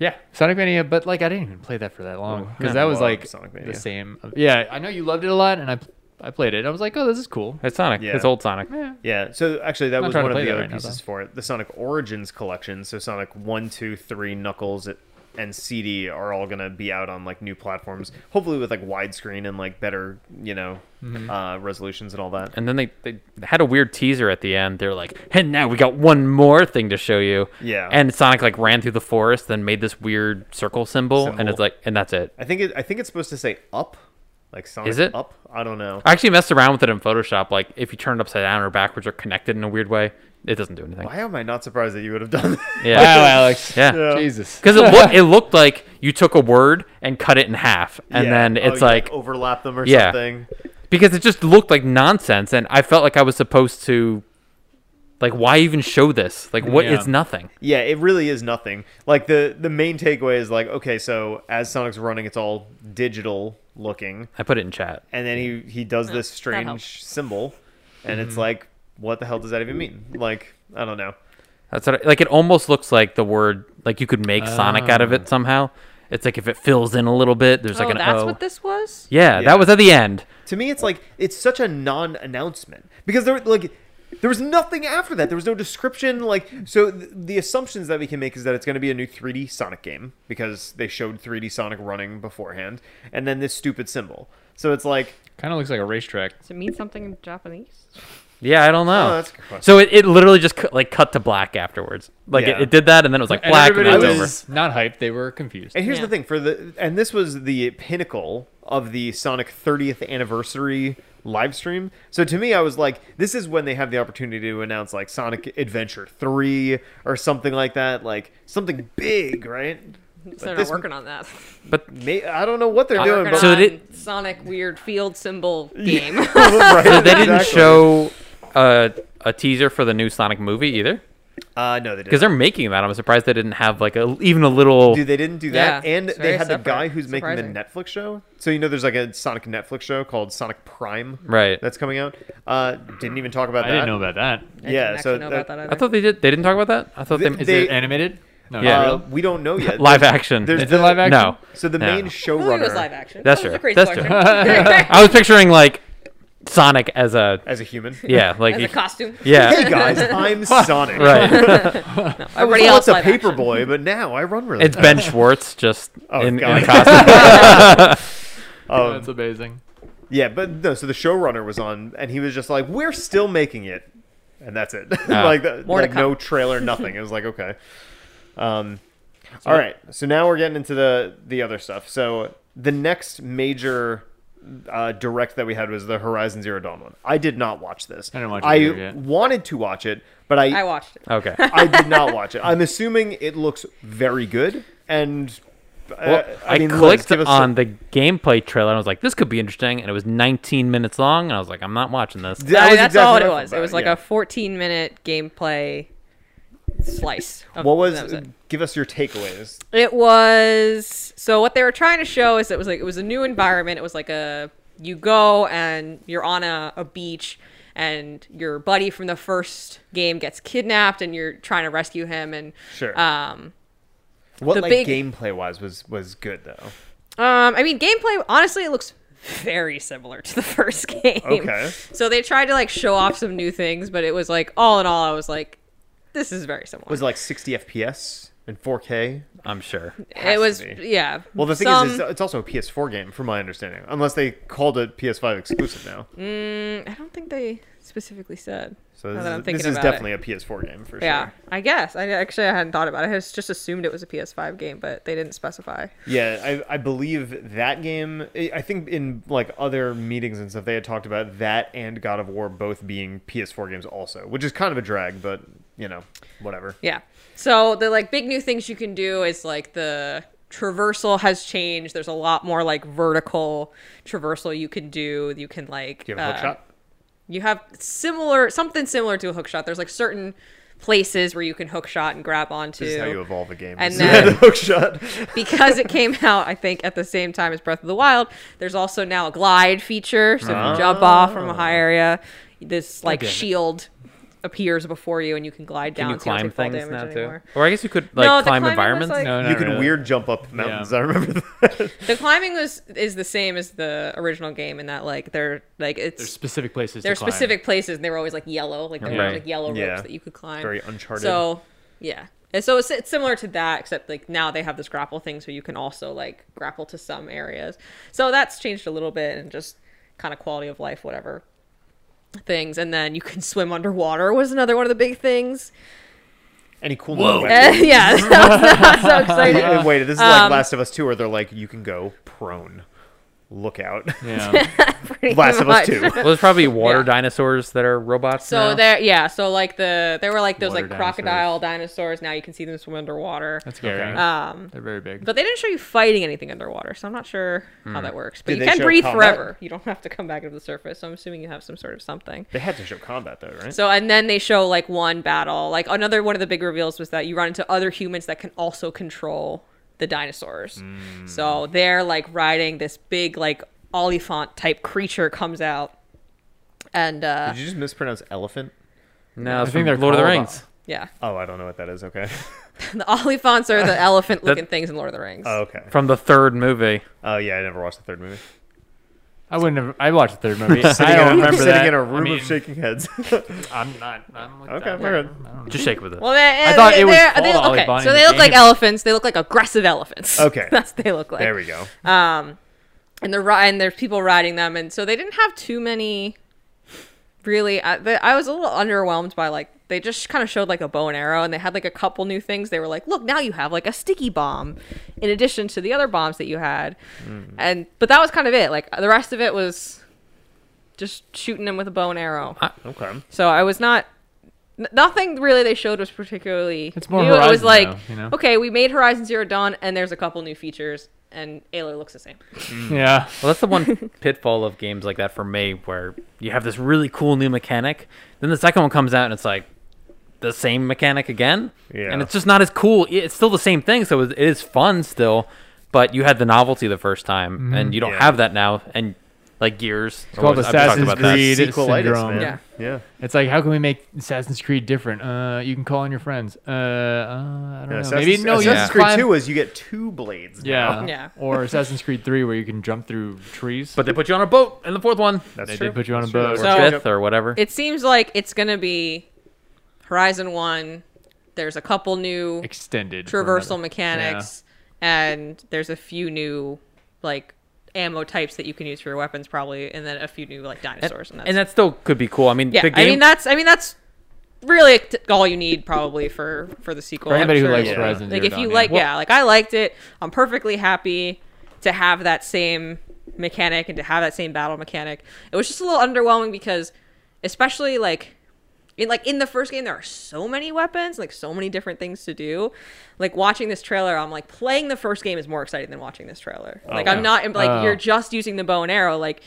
Speaker 4: Yeah, Sonic Mania, but like I didn't even play that for that long because that was
Speaker 1: Love
Speaker 4: like
Speaker 1: Sonic
Speaker 4: the
Speaker 1: Mania.
Speaker 4: same. Yeah, I know you loved it a lot, and I I played it. I was like, oh, this is cool.
Speaker 3: It's Sonic.
Speaker 1: Yeah.
Speaker 3: It's old Sonic.
Speaker 1: Yeah, so actually, that
Speaker 4: not
Speaker 1: was
Speaker 4: trying
Speaker 1: one of
Speaker 4: to play
Speaker 1: the
Speaker 4: that
Speaker 1: other
Speaker 4: right now,
Speaker 1: pieces
Speaker 4: though.
Speaker 1: for it. The Sonic Origins collection, so Sonic 1, 2, 3, Knuckles, it- and CD are all going to be out on like new platforms, hopefully with like widescreen and like better, you know,
Speaker 4: Mm-hmm.
Speaker 1: uh, resolutions and all that.
Speaker 3: And then they, they had a weird teaser at the end. They're like, and now we got one more thing to show you.
Speaker 1: Yeah.
Speaker 3: And Sonic like ran through the forest, then made this weird circle symbol, and it's
Speaker 1: Symbol.
Speaker 3: like, and that's it.
Speaker 1: I think it, I think it's supposed to say up, like Sonic
Speaker 3: Is it?
Speaker 1: up. I don't know.
Speaker 3: I actually messed around with it in Photoshop. Like if you turn it upside down or backwards or connected in a weird way, it doesn't do anything.
Speaker 1: Why am I not surprised that you would have done that?
Speaker 3: Yeah.
Speaker 4: Alex.
Speaker 3: Yeah.
Speaker 1: Yeah.
Speaker 4: Jesus.
Speaker 3: Because it looked it looked like you took a word and cut it in half, and
Speaker 1: Yeah.
Speaker 3: then
Speaker 1: Oh,
Speaker 3: it's
Speaker 1: you,
Speaker 3: like
Speaker 1: overlap them or
Speaker 3: Yeah.
Speaker 1: something.
Speaker 3: because it just looked like nonsense, and I felt like I was supposed to, like, why even show this? Like, what?
Speaker 4: Yeah.
Speaker 3: It's nothing.
Speaker 1: Yeah, it really is nothing. Like the the main takeaway is like okay, so as Sonic's running, it's all digital looking,
Speaker 3: I put it in chat.
Speaker 1: and then he he does this strange
Speaker 2: helps.
Speaker 1: symbol, and
Speaker 3: Mm-hmm.
Speaker 1: it's like, what the hell does that even mean? Like I don't know.
Speaker 3: That's what I, like. It almost looks like the word like you could make Sonic out of
Speaker 1: Oh.
Speaker 3: it somehow. It's like if it fills in a little bit, there's
Speaker 2: oh,
Speaker 3: like an
Speaker 2: that's
Speaker 3: O.
Speaker 2: what this was.
Speaker 3: yeah,
Speaker 1: Yeah.
Speaker 3: that was at the end.
Speaker 1: To me, it's like it's such a non-announcement because there like there was nothing after that. There was no description. Like so, th- the assumptions that we can make is that it's going to be a new 3D Sonic game because they showed 3D Sonic running beforehand, and then this stupid symbol. So it's like
Speaker 4: Kind of looks like a racetrack.
Speaker 2: Does it mean something in Japanese?
Speaker 3: Yeah, I don't know.
Speaker 1: Oh, that's a good question.
Speaker 3: so it, it literally just cut, like cut to black afterwards. Like
Speaker 1: Yeah.
Speaker 3: it, it did that, and then it was like
Speaker 4: And
Speaker 3: black, and
Speaker 4: everybody
Speaker 3: then it's
Speaker 1: was-
Speaker 3: over.
Speaker 4: not hyped. They were confused.
Speaker 1: And here's the
Speaker 2: Yeah.
Speaker 1: thing for the and this was the pinnacle of the Sonic 30th anniversary live stream. So to me I was like this is when they have the opportunity to announce like Sonic Adventure 3 or something like that, like something big, right?
Speaker 2: So they're
Speaker 1: this-
Speaker 2: not working on that.
Speaker 1: May, I don't know what they're doing
Speaker 2: Working
Speaker 1: but
Speaker 3: So
Speaker 2: on
Speaker 3: did-
Speaker 2: Sonic weird field symbol game.
Speaker 1: Right,
Speaker 3: So they didn't
Speaker 1: exactly.
Speaker 3: show a, a teaser for the new Sonic movie either,
Speaker 1: Uh no, they didn't.
Speaker 3: because they're making that. I'm surprised they didn't have like a even a little.
Speaker 1: Dude, they didn't do that,
Speaker 2: Yeah,
Speaker 1: and
Speaker 2: it's
Speaker 1: they
Speaker 2: very
Speaker 1: had
Speaker 2: separate.
Speaker 1: the guy who's making
Speaker 2: Surprising.
Speaker 1: the Netflix show. So you know, there's like a Sonic Netflix show called Sonic Prime,
Speaker 3: Right.
Speaker 1: That's coming out. Uh, didn't even talk about
Speaker 4: I
Speaker 1: that.
Speaker 4: didn't know about that.
Speaker 2: I
Speaker 1: yeah,
Speaker 2: didn't
Speaker 1: so
Speaker 2: actually know about
Speaker 1: that-
Speaker 2: that
Speaker 3: I
Speaker 2: either.
Speaker 3: thought they did. They didn't talk about that. I thought they,
Speaker 1: They-
Speaker 4: Is
Speaker 1: they-
Speaker 4: it animated? No.
Speaker 3: Yeah.
Speaker 1: Uh,
Speaker 4: real?
Speaker 1: we don't know yet.
Speaker 3: live
Speaker 1: There's-
Speaker 3: action.
Speaker 1: There's
Speaker 4: Is it live action?
Speaker 3: no.
Speaker 1: So the
Speaker 3: No.
Speaker 1: main
Speaker 2: I thought Oh, it was
Speaker 1: showrunner
Speaker 2: live action.
Speaker 3: That's
Speaker 2: that was
Speaker 3: true.
Speaker 2: a crazy
Speaker 3: That's
Speaker 2: question.
Speaker 3: true. I was picturing like Sonic as a
Speaker 1: as a human.
Speaker 3: yeah, like
Speaker 2: As a costume.
Speaker 1: Hey
Speaker 3: yeah,
Speaker 1: guys, I'm Sonic.
Speaker 3: right.
Speaker 1: Everybody
Speaker 2: Everybody else
Speaker 1: a
Speaker 2: live
Speaker 1: paper
Speaker 2: action.
Speaker 1: boy, but now I run really.
Speaker 3: It's Ben Schwartz just
Speaker 1: Oh,
Speaker 3: in, in
Speaker 1: God.
Speaker 3: a costume.
Speaker 1: um,
Speaker 4: That's amazing.
Speaker 1: yeah, but no. So the showrunner was on, and he was just like, "We're still making it," and that's it. like, the,
Speaker 2: More to
Speaker 1: like no
Speaker 2: come.
Speaker 1: trailer, nothing. It was like okay. Um, all right. So now we're getting into the the other stuff. So the next major. Uh, direct that we had was the Horizon Zero Dawn one. I did not watch this.
Speaker 4: I didn't watch it
Speaker 1: I
Speaker 4: either yet.
Speaker 1: wanted to watch it, but I
Speaker 2: I watched it.
Speaker 3: Okay.
Speaker 1: I did not watch it. I'm assuming it looks very good, and uh,
Speaker 3: Well, I,
Speaker 1: mean, Liz,
Speaker 3: clicked
Speaker 1: give us-
Speaker 3: on the gameplay trailer and I was like, this could be interesting. And it was 19 minutes long. And I was like, I'm not watching this.
Speaker 1: That
Speaker 2: I-
Speaker 1: was
Speaker 2: that's
Speaker 1: exactly
Speaker 2: all
Speaker 1: what
Speaker 2: it
Speaker 1: I thought
Speaker 2: was. It
Speaker 1: about
Speaker 2: was like
Speaker 1: yeah.
Speaker 2: a 14 minute gameplay slice. Of,
Speaker 1: What was?
Speaker 2: that it.
Speaker 1: Give us your takeaways.
Speaker 2: It was so what they were trying to show is it was like it was a new environment. It was like a you go and you're on a, a beach and your buddy from the first game gets kidnapped and you're trying to rescue him and
Speaker 1: Sure.
Speaker 2: um
Speaker 1: what
Speaker 2: the
Speaker 1: like
Speaker 2: big-
Speaker 1: gameplay wise was was good though.
Speaker 2: Um, I mean, gameplay. Honestly, it looks very similar to the first game.
Speaker 1: Okay.
Speaker 2: So they tried to like show off some new things, but it was like all in all, I was like, this is very similar.
Speaker 1: Was it like 60 FPS and 4K?
Speaker 3: I'm sure.
Speaker 2: it was
Speaker 1: to be.
Speaker 2: yeah.
Speaker 1: Well, the thing
Speaker 2: some,
Speaker 1: is, it's, it's also a PS4 game, from my understanding, unless they called it PS5 exclusive now.
Speaker 2: I don't think they specifically said.
Speaker 1: So
Speaker 2: Mm, now
Speaker 1: this
Speaker 2: that I'm
Speaker 1: is, this
Speaker 2: thinking
Speaker 1: is
Speaker 2: about it.
Speaker 1: definitely a PS4 game for sure.
Speaker 2: Yeah, I guess. I actually I hadn't thought about it. I had just assumed it was a PS5 game, but they didn't specify.
Speaker 1: Yeah, I, I believe that game. I I think in like other meetings and stuff, they had talked about that and God of War both being PS4 games also, which is kind of a drag, but you know, whatever.
Speaker 2: Yeah. So the like big new things you can do is like the traversal has changed. There's a lot more like vertical traversal you can do. You can like
Speaker 1: Do you have a
Speaker 2: uh,
Speaker 1: hook shot?
Speaker 2: You have similar something similar to a hook shot. There's like certain places where you can hook shot and grab onto.
Speaker 1: This is how you evolve a game.
Speaker 2: and
Speaker 1: This is the hook shot.
Speaker 2: because it came out, I think, at the same time as Breath of the Wild, there's also now a glide feature. So if you jump off from a high area, this like shield appears before you and you can glide
Speaker 3: Can
Speaker 2: down.
Speaker 3: you
Speaker 2: so don't
Speaker 3: climb
Speaker 2: take fall
Speaker 3: things
Speaker 2: damage
Speaker 3: now
Speaker 2: anymore.
Speaker 3: too? Or I guess you could like
Speaker 2: No, the climbing
Speaker 3: climb
Speaker 2: was,
Speaker 3: environments.
Speaker 2: like-
Speaker 4: No, no,
Speaker 1: you
Speaker 4: no,
Speaker 1: could
Speaker 4: no.
Speaker 1: weird jump up mountains. I remember that.
Speaker 2: The climbing was is the same as the original game in that like they're like it's
Speaker 5: There's specific places.
Speaker 2: there are
Speaker 5: to climb.
Speaker 2: specific places and they were always like yellow like there were
Speaker 3: Right.
Speaker 2: like yellow ropes
Speaker 1: Yeah.
Speaker 2: that you could climb
Speaker 1: Very uncharted.
Speaker 2: so yeah and so it's, it's similar to that except like now they have this grapple thing so you can also like grapple to some areas so that's changed a little bit and just kind of quality of life whatever things and then you can swim underwater was another one of the big things
Speaker 1: Any cool?
Speaker 2: Uh, yeah so, so exciting
Speaker 1: Wait, wait, this is like
Speaker 2: Um,
Speaker 1: Last of Us Two, where they're like, you can go prone. Look out.
Speaker 5: Yeah.
Speaker 2: pretty
Speaker 1: Last of Us
Speaker 2: much.
Speaker 1: Two.
Speaker 3: Well, there's probably water
Speaker 2: Yeah.
Speaker 3: dinosaurs that are robots.
Speaker 2: So
Speaker 3: now.
Speaker 2: there, yeah. So like the there were like those
Speaker 5: Water
Speaker 2: like crocodile dinosaurs. Now you can see them swim underwater.
Speaker 5: That's scary.
Speaker 4: Okay.
Speaker 2: Um,
Speaker 5: They're very big.
Speaker 2: but they didn't show you fighting anything underwater, so I'm not sure how that works. But
Speaker 1: Hmm. Did
Speaker 2: you
Speaker 1: they
Speaker 2: can
Speaker 1: show
Speaker 2: breathe
Speaker 1: combat?
Speaker 2: forever. You don't have to come back to the surface. So I'm assuming you have some sort of something.
Speaker 1: They had to show combat though, right?
Speaker 2: So and then they show like one battle. Like another one of the big reveals was that you run into other humans that can also control the dinosaurs.
Speaker 1: Hmm.
Speaker 2: So they're like riding this big like olifant type creature comes out, and uh,
Speaker 1: Did you just mispronounce elephant?
Speaker 3: no, it's
Speaker 5: think
Speaker 3: from
Speaker 5: they're
Speaker 3: Lord of the
Speaker 5: called-
Speaker 3: Rings.
Speaker 2: yeah.
Speaker 1: Oh, I don't know what that is. Okay.
Speaker 2: The olifants are the elephant looking things in Lord of the Rings.
Speaker 1: Oh, okay.
Speaker 3: From the third movie.
Speaker 1: Oh yeah, I never watched the third movie.
Speaker 5: I wouldn't have. I watched the third movie. I
Speaker 1: Sitting in a-
Speaker 5: don't remember
Speaker 1: sitting
Speaker 5: that.
Speaker 1: in a
Speaker 5: I
Speaker 1: room
Speaker 5: mean,
Speaker 1: of shaking heads.
Speaker 5: I'm not. I'm like
Speaker 1: okay,
Speaker 5: that.
Speaker 1: we're good.
Speaker 3: Just shake with it.
Speaker 2: Well, they,
Speaker 5: I thought
Speaker 2: they,
Speaker 5: it was
Speaker 2: they're- they,
Speaker 5: called
Speaker 2: okay,
Speaker 5: Olibon
Speaker 2: so
Speaker 5: in
Speaker 2: they
Speaker 5: the
Speaker 2: look like
Speaker 5: game.
Speaker 2: elephants. They look like aggressive elephants.
Speaker 1: Okay.
Speaker 2: that's what they look like.
Speaker 1: There we go.
Speaker 2: and the ri- and there's people riding them, and so they didn't have too many. Really, I, they, I was a little underwhelmed by like they just kind of showed like a bow and arrow, and they had like a couple new things. They were like, look, now you have like a sticky bomb, in addition to the other bombs that you had,
Speaker 5: Mm.
Speaker 2: and but that was kind of it. Like the rest of it was just shooting them with a bow and arrow.
Speaker 1: Okay.
Speaker 2: So I was not. n- Nothing really they showed was particularly.
Speaker 5: It's more
Speaker 2: new. it was
Speaker 5: Horizon,
Speaker 2: like,
Speaker 5: though, you know?
Speaker 2: okay, we made Horizon Zero Dawn, and there's a couple new features, and Ayla looks the same.
Speaker 5: Yeah.
Speaker 3: Well, that's the one pitfall of games like that for me, where you have this really cool new mechanic, then the second one comes out and it's like the same mechanic again,
Speaker 1: Yeah.
Speaker 3: and it's just not as cool. It's still the same thing, so it is fun still, but you had the novelty the first time, and you don't
Speaker 1: Yeah.
Speaker 3: have that now. And like Gears, it's
Speaker 5: called Assassin's Creed. It is
Speaker 1: Sequelitis,
Speaker 5: syndrome.
Speaker 1: man.
Speaker 2: Yeah.
Speaker 1: Yeah.
Speaker 5: It's like how can we make Assassin's Creed different? Uh, you can call on your friends. Uh, uh I don't
Speaker 1: Yeah,
Speaker 5: know.
Speaker 1: Assassin's,
Speaker 5: Maybe no. you
Speaker 1: Assassin's
Speaker 5: just
Speaker 1: Creed
Speaker 5: climb-
Speaker 1: Two is you get two blades. now.
Speaker 5: Yeah.
Speaker 2: Yeah.
Speaker 5: Or Assassin's Creed Three, where you can jump through trees.
Speaker 3: But they put you on a boat in the fourth one,
Speaker 1: That's
Speaker 5: They
Speaker 1: true.
Speaker 5: did put you on a
Speaker 1: That's true.
Speaker 5: boat.
Speaker 3: or
Speaker 1: That
Speaker 2: So-
Speaker 1: works.
Speaker 3: fifth, or whatever.
Speaker 2: It seems like it's gonna be Horizon One. There's a couple new
Speaker 5: extended for
Speaker 2: traversal
Speaker 5: another-
Speaker 2: mechanics, and there's a few new like ammo types that you can use for your weapons, probably, and then a few new like dinosaurs. And, that's,
Speaker 3: and that still could be cool. I mean,
Speaker 2: yeah.
Speaker 3: the game,
Speaker 2: I mean that's I mean that's really t- all you need probably for for the sequel.
Speaker 5: For
Speaker 2: I'm
Speaker 5: anybody who
Speaker 2: sure
Speaker 5: likes
Speaker 1: yeah.
Speaker 5: Horizon
Speaker 2: like
Speaker 5: Zero
Speaker 2: if you
Speaker 5: Dawn,
Speaker 2: like
Speaker 5: yeah.
Speaker 2: yeah like i liked it i'm perfectly happy to have that same mechanic and to have that same battle mechanic it was just a little underwhelming because especially like in like in the first game there are so many weapons like so many different things to do like watching this trailer i'm like playing the first game is more exciting than watching this trailer like i'm not like
Speaker 5: Oh.
Speaker 2: you're just using the bow and arrow like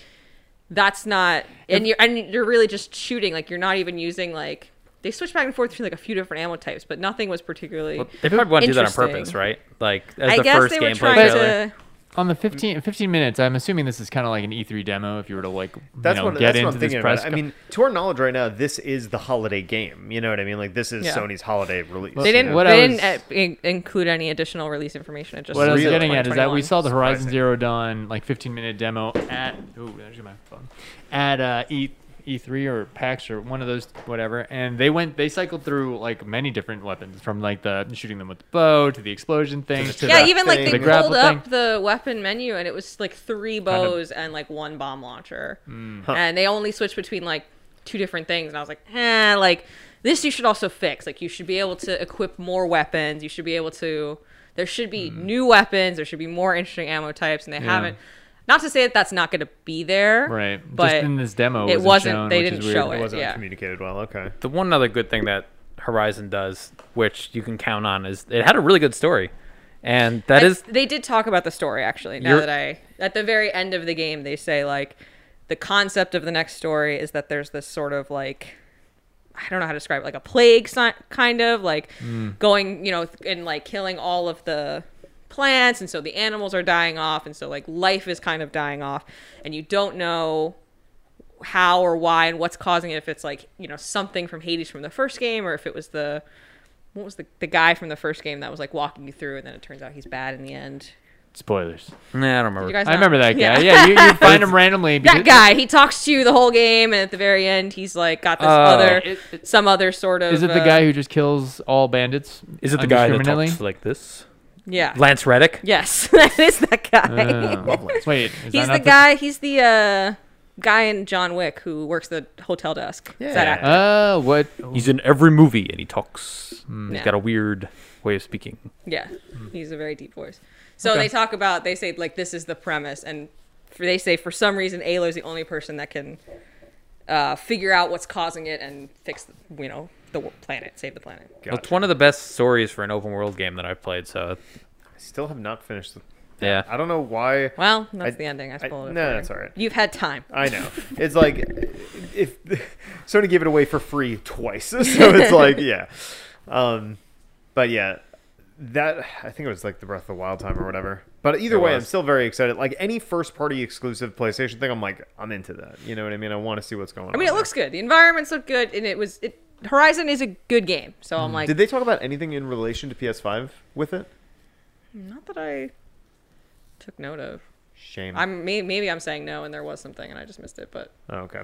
Speaker 2: that's not and you're and you're really just shooting like you're not even using like they switch back and forth between like a few different ammo types but nothing was particularly
Speaker 3: they probably want to do that on
Speaker 2: Interesting.
Speaker 3: purpose, right? Like as
Speaker 2: I
Speaker 3: the
Speaker 2: guess
Speaker 3: first
Speaker 2: they were
Speaker 3: gameplay
Speaker 2: trying
Speaker 3: trailer.
Speaker 2: to.
Speaker 5: on the 15, 15 minutes. I'm assuming this is kind of like an E3 demo. If you were to like,
Speaker 1: That's
Speaker 5: you know,
Speaker 1: what,
Speaker 5: get
Speaker 1: that's
Speaker 5: into
Speaker 1: what I'm
Speaker 5: this
Speaker 1: thinking
Speaker 5: press
Speaker 1: about. I mean, to our knowledge right now, this is the holiday game. You know what I mean? Like this is
Speaker 2: Yeah.
Speaker 1: Sony's holiday release.
Speaker 2: They
Speaker 1: you
Speaker 2: didn't.
Speaker 1: know?
Speaker 5: What
Speaker 2: they
Speaker 5: I was-
Speaker 2: didn't uh, in- include any additional release information. It just
Speaker 5: What I was
Speaker 1: Really?
Speaker 5: getting at is that we
Speaker 2: 2021.
Speaker 5: saw the Horizon
Speaker 1: Surprising.
Speaker 5: Zero Dawn like 15 minute demo at ooh, there's my phone at uh, E E3 or PAX or one of those whatever, and they went they cycled through like many different weapons from like the shooting them with the bow to the explosion things to
Speaker 2: Yeah,
Speaker 5: the,
Speaker 2: even like
Speaker 1: thing.
Speaker 2: they
Speaker 1: The
Speaker 2: pulled
Speaker 5: grapple
Speaker 2: up
Speaker 5: thing.
Speaker 2: the weapon menu and it was like three
Speaker 5: of- Hmm.
Speaker 2: bows and like one bomb launcher, and they only switched between like two different things. And I was like, eh, like this you should also fix. Like you should be able to equip more weapons. You should be able to. There should be
Speaker 5: Hmm.
Speaker 2: new weapons. There should be more interesting ammo types, and they haven't. Not to say that that's not going to be there,
Speaker 5: right
Speaker 2: But
Speaker 5: just in this demo
Speaker 2: it
Speaker 5: wasn't
Speaker 2: wasn't-
Speaker 5: shown,
Speaker 2: they
Speaker 5: which is
Speaker 2: didn't
Speaker 5: weird.
Speaker 2: show
Speaker 1: It wasn't
Speaker 2: yeah.
Speaker 1: communicated well. Okay.
Speaker 3: the one other good thing that Horizon does, which you can count on, is it had a really good story, and that
Speaker 2: I-
Speaker 3: is
Speaker 2: they did talk about the story actually now
Speaker 3: You're-
Speaker 2: that i at the very end of the game they say like the concept of the next story is that there's this sort of like i don't know how to describe it like a plague si- kind of like going you know th- and like killing all of the plants and so the animals are dying off and so like life is kind of dying off and you don't know how or why and what's causing it. If it's like you know something from Hades from the first game, or if it was the what was the the guy from the first game that was like walking you through, and then it turns out he's bad in the end.
Speaker 5: Spoilers.
Speaker 3: Nah, I don't
Speaker 2: Did you
Speaker 3: remember.
Speaker 2: guys?
Speaker 5: I
Speaker 2: not-
Speaker 5: remember that guy. Yeah, you, you find him randomly.
Speaker 2: that
Speaker 5: because-
Speaker 2: guy. He talks to you the whole game, and at the very end, he's like got this
Speaker 3: Oh.
Speaker 2: other,
Speaker 4: It- it-
Speaker 2: some other sort of.
Speaker 5: Is it the
Speaker 2: uh,
Speaker 5: guy who just kills all bandits?
Speaker 3: Is it the guy that
Speaker 5: indiscriminately?
Speaker 3: talks like this?
Speaker 2: Yeah.
Speaker 3: Lance Reddick?
Speaker 2: yes, that is that
Speaker 4: Uh,
Speaker 2: guy.
Speaker 5: Oh. Wait, is
Speaker 2: he's
Speaker 5: that
Speaker 2: the
Speaker 5: not
Speaker 2: guy. He's the uh, guy in John Wick who works the hotel desk. Is that
Speaker 1: Yeah.
Speaker 2: actor?
Speaker 5: Uh, what?
Speaker 3: He's in every movie and he talks. Mm, He's
Speaker 2: Yeah.
Speaker 3: got a weird way of speaking.
Speaker 2: Yeah, he's a very deep voice. So
Speaker 5: Okay.
Speaker 2: they talk about they say like this is the premise, and for, they say for some reason Ayla's the only person that can uh, figure out what's causing it and fix you know the wo- planet, save the planet.
Speaker 1: Gotcha.
Speaker 3: It's one of the best stories for an open world game that I've played. So,
Speaker 1: I still have not finished. The,
Speaker 3: yeah.
Speaker 1: I don't know why.
Speaker 2: Well, that's
Speaker 1: I-
Speaker 2: the ending. I
Speaker 1: I-
Speaker 2: spoiled it.
Speaker 1: no,
Speaker 2: for you.
Speaker 1: that's all right.
Speaker 2: You've had time.
Speaker 1: I know. It's like if Sony gave it away for free twice, so it's like yeah. Um, but yeah, that I think it was like the Breath of the Wild time or whatever. But either
Speaker 3: It
Speaker 1: way, I'm
Speaker 3: was.
Speaker 1: still very excited. Like any first party exclusive PlayStation thing, I'm like I'm into that. You know what I mean? I want to see what's going on.
Speaker 2: I mean, it
Speaker 1: there.
Speaker 2: looks good. The environments look good, and it was it. Horizon is a good game, so I'm like,
Speaker 1: Did they talk about anything in relation to PS5 with it?
Speaker 2: "Hmm, not that I took note of.
Speaker 1: Shame.
Speaker 2: I'm may- maybe I'm saying no, and there was something, and I just missed it, but.
Speaker 1: oh, okay.